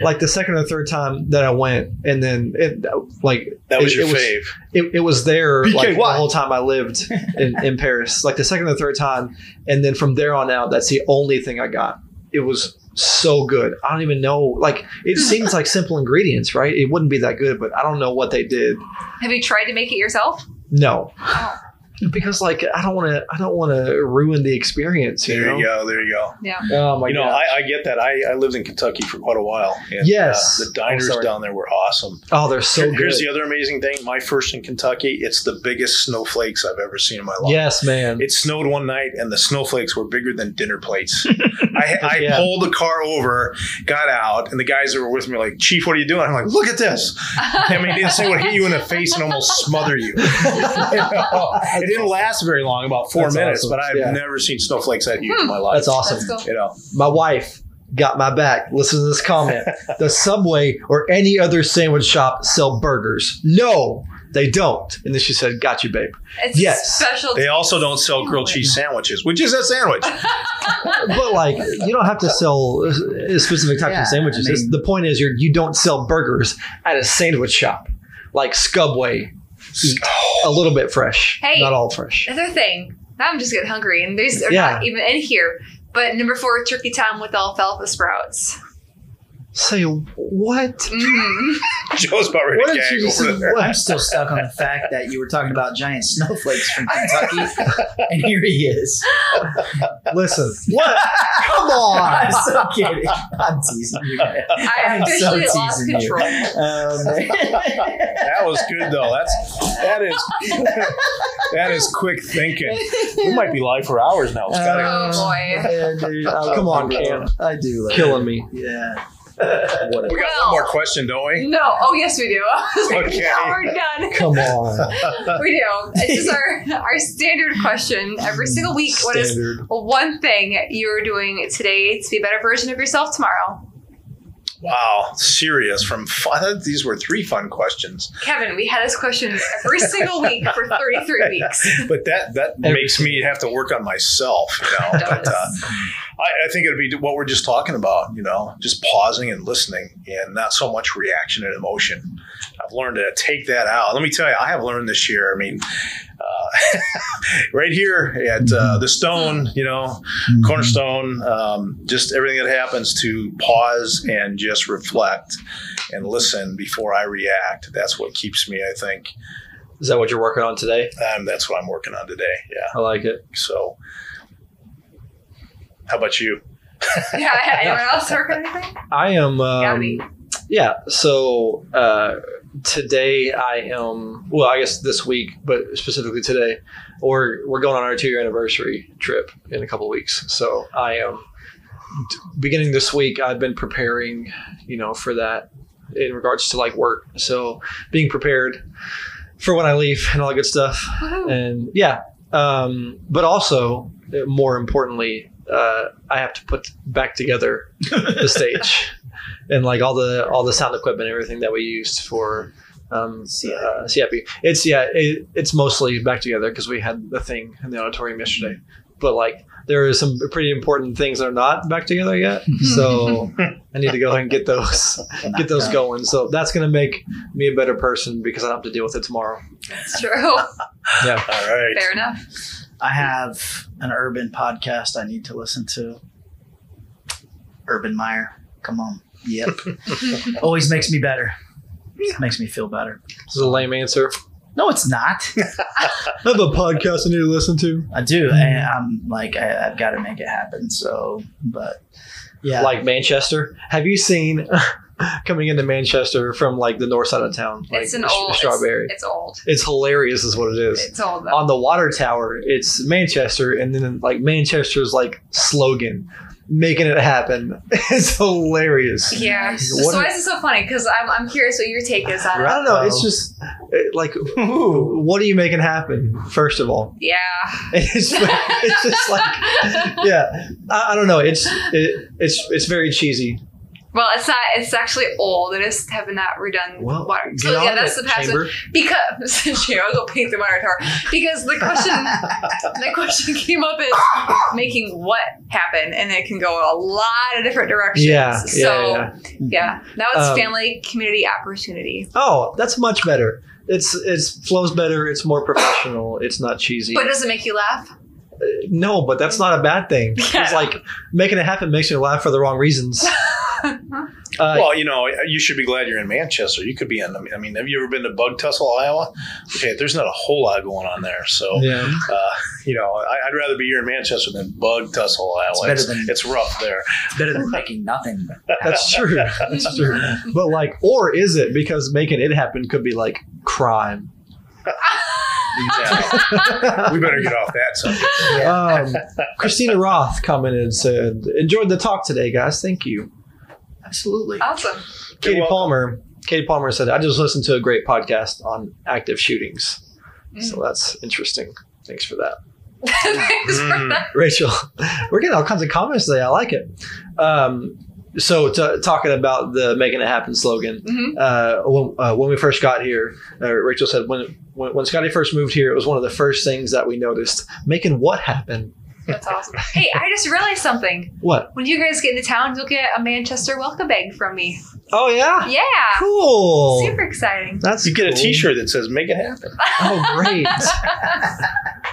Speaker 2: like the second or third time that i went and then it like
Speaker 4: That was
Speaker 2: It-
Speaker 4: your
Speaker 2: it was-
Speaker 4: fave.
Speaker 2: it, it was there like the
Speaker 4: BKY.
Speaker 2: whole time I lived in, in Paris, like the second or third time. And then from there on out, that's the only thing I got. It was so good. I don't even know. Like, it seems like simple ingredients, right? It wouldn't be that good, but I don't know what they did.
Speaker 1: Have you tried to make it yourself?
Speaker 2: No.
Speaker 1: Oh.
Speaker 2: Because like I don't want to, I don't want to ruin the experience. You
Speaker 4: There
Speaker 2: know?
Speaker 4: you go. There you go.
Speaker 2: Oh my
Speaker 4: you know,
Speaker 2: god!
Speaker 4: I, I get that. I, I lived in Kentucky for quite a while. And,
Speaker 2: Yes.
Speaker 4: uh, the diners
Speaker 2: Oh, sorry.
Speaker 4: down there were awesome.
Speaker 2: oh, they're so
Speaker 4: Here-
Speaker 2: good.
Speaker 4: Here's the other amazing thing. My first in Kentucky, it's the biggest snowflakes I've ever seen in my life.
Speaker 2: yes, man.
Speaker 4: It snowed one night, and the snowflakes were bigger than dinner plates. I, I
Speaker 2: Yeah.
Speaker 4: pulled the car over, got out, and the guys that were with me were like, "Chief, what are you doing?" I'm like, "Look at this." I mean, this thing would hit you in the face and almost smother you. You know? Oh, It didn't last very long, about four
Speaker 2: That's
Speaker 4: minutes,
Speaker 2: awesome.
Speaker 4: but I've
Speaker 2: Yeah. Hmm.
Speaker 4: never seen snowflakes that huge in my life.
Speaker 2: That's awesome.
Speaker 1: Let's go.
Speaker 4: You know,
Speaker 2: my wife got my back. Listen to this comment. Does Subway or any other sandwich shop sell burgers? No, they don't. And then she said, Got you, babe.
Speaker 1: It's
Speaker 2: Yes.
Speaker 1: special.
Speaker 4: they also don't sell grilled cheese sandwiches, which is a sandwich.
Speaker 2: But like, you don't have to sell uh, specific types
Speaker 3: Yeah,
Speaker 2: of sandwiches.
Speaker 3: I mean-
Speaker 2: It's- the point is, you're, you don't sell burgers at a sandwich shop like Subway. Eat a little bit fresh,
Speaker 1: Hey.
Speaker 2: not all fresh.
Speaker 1: Another thing, now I'm just getting hungry, and these are
Speaker 2: Yeah.
Speaker 1: not even in here. But number four, turkey tom with alfalfa sprouts.
Speaker 2: Say what?
Speaker 1: Mm.
Speaker 4: Joe's about ready
Speaker 2: What
Speaker 4: to
Speaker 2: did
Speaker 4: gag
Speaker 2: you just
Speaker 4: over
Speaker 2: say?
Speaker 4: there.
Speaker 3: I'm still stuck on the fact that you were talking about giant snowflakes from Kentucky, and here he is.
Speaker 2: Listen, what? Come on.
Speaker 3: I'm so kidding. I'm teasing you. guys.
Speaker 1: I
Speaker 3: I'm so
Speaker 1: officially lost
Speaker 3: teasing you.
Speaker 1: control.
Speaker 3: Um,
Speaker 4: That was good though. That's that is that is quick thinking. We might be live for hours now. Scotty.
Speaker 1: Oh, boy.
Speaker 3: man, dude,
Speaker 2: Oh, come on, Cam.
Speaker 3: uh, I do love
Speaker 2: Killing me.
Speaker 3: it. Yeah.
Speaker 4: we got
Speaker 1: Oh, Well.
Speaker 4: one more question, don't we?
Speaker 1: No. Oh, yes, we do. I was like,
Speaker 4: Okay.
Speaker 1: no, we're done.
Speaker 2: Come on.
Speaker 1: We do. It's just our, our standard question every single week. What is
Speaker 2: Standard.
Speaker 1: one thing you're doing today to be a better version of yourself tomorrow?
Speaker 4: Wow, serious from fun. I thought these were three fun questions,
Speaker 1: Kevin, we had this question every single week for 33 weeks.
Speaker 4: but that that
Speaker 2: Every
Speaker 4: makes me have to work on myself. You know,
Speaker 1: That
Speaker 4: but, uh,
Speaker 1: was-
Speaker 4: I, I think it'd be what we're just talking about, you know, just pausing and listening and not so much reaction and emotion. I've learned to take that out. Let me tell you, I have learned this year. I mean, uh, right here at uh, the stone, you know, cornerstone, um, just everything that happens to pause and just reflect and listen before I react. That's what keeps me, I think.
Speaker 2: Is that what you're working on today?
Speaker 4: Um, that's what I'm working on today. Yeah.
Speaker 2: I like it.
Speaker 4: So, how about you?
Speaker 1: yeah, anyone else work on anything?
Speaker 2: I am.
Speaker 1: Gotta
Speaker 2: Um,
Speaker 1: be.
Speaker 2: Yeah. So uh, today I am. Well, I guess this week, but specifically today, we're we're going on our two year anniversary trip in a couple of weeks. So I am d- beginning this week. I've been preparing, you know, for that in regards to like work. So being prepared for when I leave and all that good stuff.
Speaker 1: Woohoo.
Speaker 2: and yeah um but also uh, more importantly uh i have to put back together the stage and like all the all the sound equipment and everything that we used for um
Speaker 3: CIP.
Speaker 2: uh, CIP. it's yeah it, it's mostly back together because we had the thing in the auditorium yesterday but like there are some pretty important things that are not back together yet
Speaker 1: Hmm.
Speaker 2: so i need to go ahead and get those get those going so that's going to make me a better person because i don't have to deal with it tomorrow
Speaker 1: It's true.
Speaker 2: yeah
Speaker 4: All right.
Speaker 1: Fair enough.
Speaker 3: I have an urban podcast I need to listen to. Urban Meyer. Come on. Yep. Always makes me better. Makes me feel better.
Speaker 2: this is a lame answer
Speaker 3: No, it's not.
Speaker 2: I have a podcast I need to listen to.
Speaker 3: I do. And I'm like, I, I've got to make it happen. So, but yeah.
Speaker 2: Like Manchester. Have you seen coming into Manchester from like the north side of town? Like
Speaker 1: it's an
Speaker 2: Sh-
Speaker 1: old it's-
Speaker 2: strawberry.
Speaker 1: It's, old.
Speaker 2: It's, hilarious, is what it is.
Speaker 1: It's old though.
Speaker 2: On the water tower, it's Manchester, and then like Manchester's like slogan, making it happen. It's hilarious.
Speaker 1: yeah.
Speaker 3: Nice.
Speaker 1: So
Speaker 2: What
Speaker 1: why
Speaker 2: a-
Speaker 1: is it so funny? Because I'm, I'm curious what your take is on
Speaker 2: I
Speaker 1: it.
Speaker 2: don't know. It's just it- like, what are you making happen? First of all,
Speaker 1: Yeah.
Speaker 2: it's it's just like, yeah, I, I don't know. It's it, it's it's very cheesy.
Speaker 1: Well, it's not. It's actually old. It is have not redone
Speaker 2: Well,
Speaker 1: water.
Speaker 2: get
Speaker 1: So yeah,
Speaker 2: on
Speaker 1: that's
Speaker 2: it,
Speaker 1: the passage.
Speaker 2: Chamber.
Speaker 1: Because you know, I'll go paint the water tower. Because the question, the question came up is making what happen, and it can go a lot of different directions.
Speaker 2: Yeah, yeah,
Speaker 1: So
Speaker 2: yeah.
Speaker 1: yeah. now it's
Speaker 2: Um,
Speaker 1: family community opportunity.
Speaker 2: Oh, that's much better. It's it's flows better. It's more professional. It's not cheesy.
Speaker 1: But does it make you laugh?
Speaker 2: Uh, no, but that's not a bad thing. It's like making it happen makes you laugh for the wrong reasons. Uh,
Speaker 4: well, you know, uh, you should be glad you're in Manchester. You could be in. I mean, have you ever been to Bug Tussle, Iowa? Okay, there's not a whole lot going on there. So,
Speaker 2: yeah.
Speaker 4: uh, you know, I, I'd rather be here in Manchester than Bug Tussle,
Speaker 3: It's
Speaker 4: Iowa.
Speaker 3: better
Speaker 4: It's,
Speaker 3: than-
Speaker 4: it's rough there.
Speaker 3: It's better than making nothing.
Speaker 2: That's true. That's true. But like, or is it because making it happen could be like crime?
Speaker 4: Yeah. we better get off that subject.
Speaker 2: um, Christina Roth commented and said, "Enjoyed the talk today, guys. Thank you."
Speaker 3: Absolutely.
Speaker 1: Awesome.
Speaker 4: You're
Speaker 2: Katie
Speaker 4: welcome.
Speaker 2: Palmer. Katie Palmer said, "I just listened to a great podcast on active shootings, so
Speaker 1: Mm.
Speaker 2: that's interesting. Thanks for that,
Speaker 1: Thanks for
Speaker 4: Mm.
Speaker 1: that.
Speaker 2: Rachel. We're getting all kinds of comments today. I like it. Um, so, to, talking about the "Making It Happen" slogan,
Speaker 1: Mhm.
Speaker 2: uh, when, uh, when we first got here, uh, Rachel said when, when when Scotty first moved here, it was one of the first things that we noticed. Making what happen?
Speaker 1: That's awesome. Hey, I just realized something.
Speaker 2: What?
Speaker 1: When you guys get into town, you'll get a Manchester welcome bag from me.
Speaker 2: Oh yeah,
Speaker 1: Yeah.
Speaker 2: cool.
Speaker 1: Super exciting.
Speaker 2: That's
Speaker 4: You get a
Speaker 2: cool.
Speaker 4: T-shirt that says "Make It Happen."
Speaker 2: Oh great!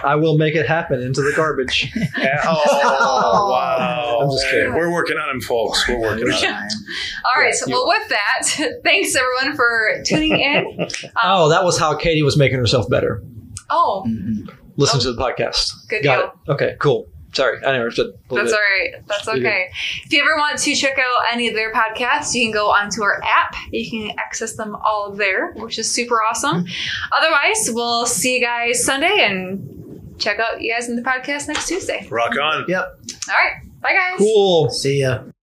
Speaker 2: I will make it happen into the garbage.
Speaker 4: Oh, wow!
Speaker 2: I'm just kidding.
Speaker 4: We're working on him, folks. We're working on him.
Speaker 1: All right.
Speaker 2: Yeah,
Speaker 1: so,
Speaker 2: you-
Speaker 1: well, with that, thanks everyone for tuning in. Um,
Speaker 2: Oh, that was how Katie was making herself better.
Speaker 1: oh,
Speaker 3: Mhm.
Speaker 2: Listen
Speaker 1: Oh.
Speaker 2: to the podcast.
Speaker 1: Good
Speaker 2: Got
Speaker 1: deal.
Speaker 2: it. Okay, cool. Sorry, I never said.
Speaker 1: That's all right. That's
Speaker 2: Leave it.
Speaker 1: okay. If you ever want to check out any of their podcasts, you can go onto our app. You can access them all there, which is super awesome.
Speaker 2: Mm-hmm.
Speaker 1: Otherwise, we'll see you guys Sunday and check out you guys in the podcast next Tuesday.
Speaker 4: Rock on.
Speaker 2: Yep.
Speaker 1: All right. Bye, guys.
Speaker 2: Cool.
Speaker 3: See ya.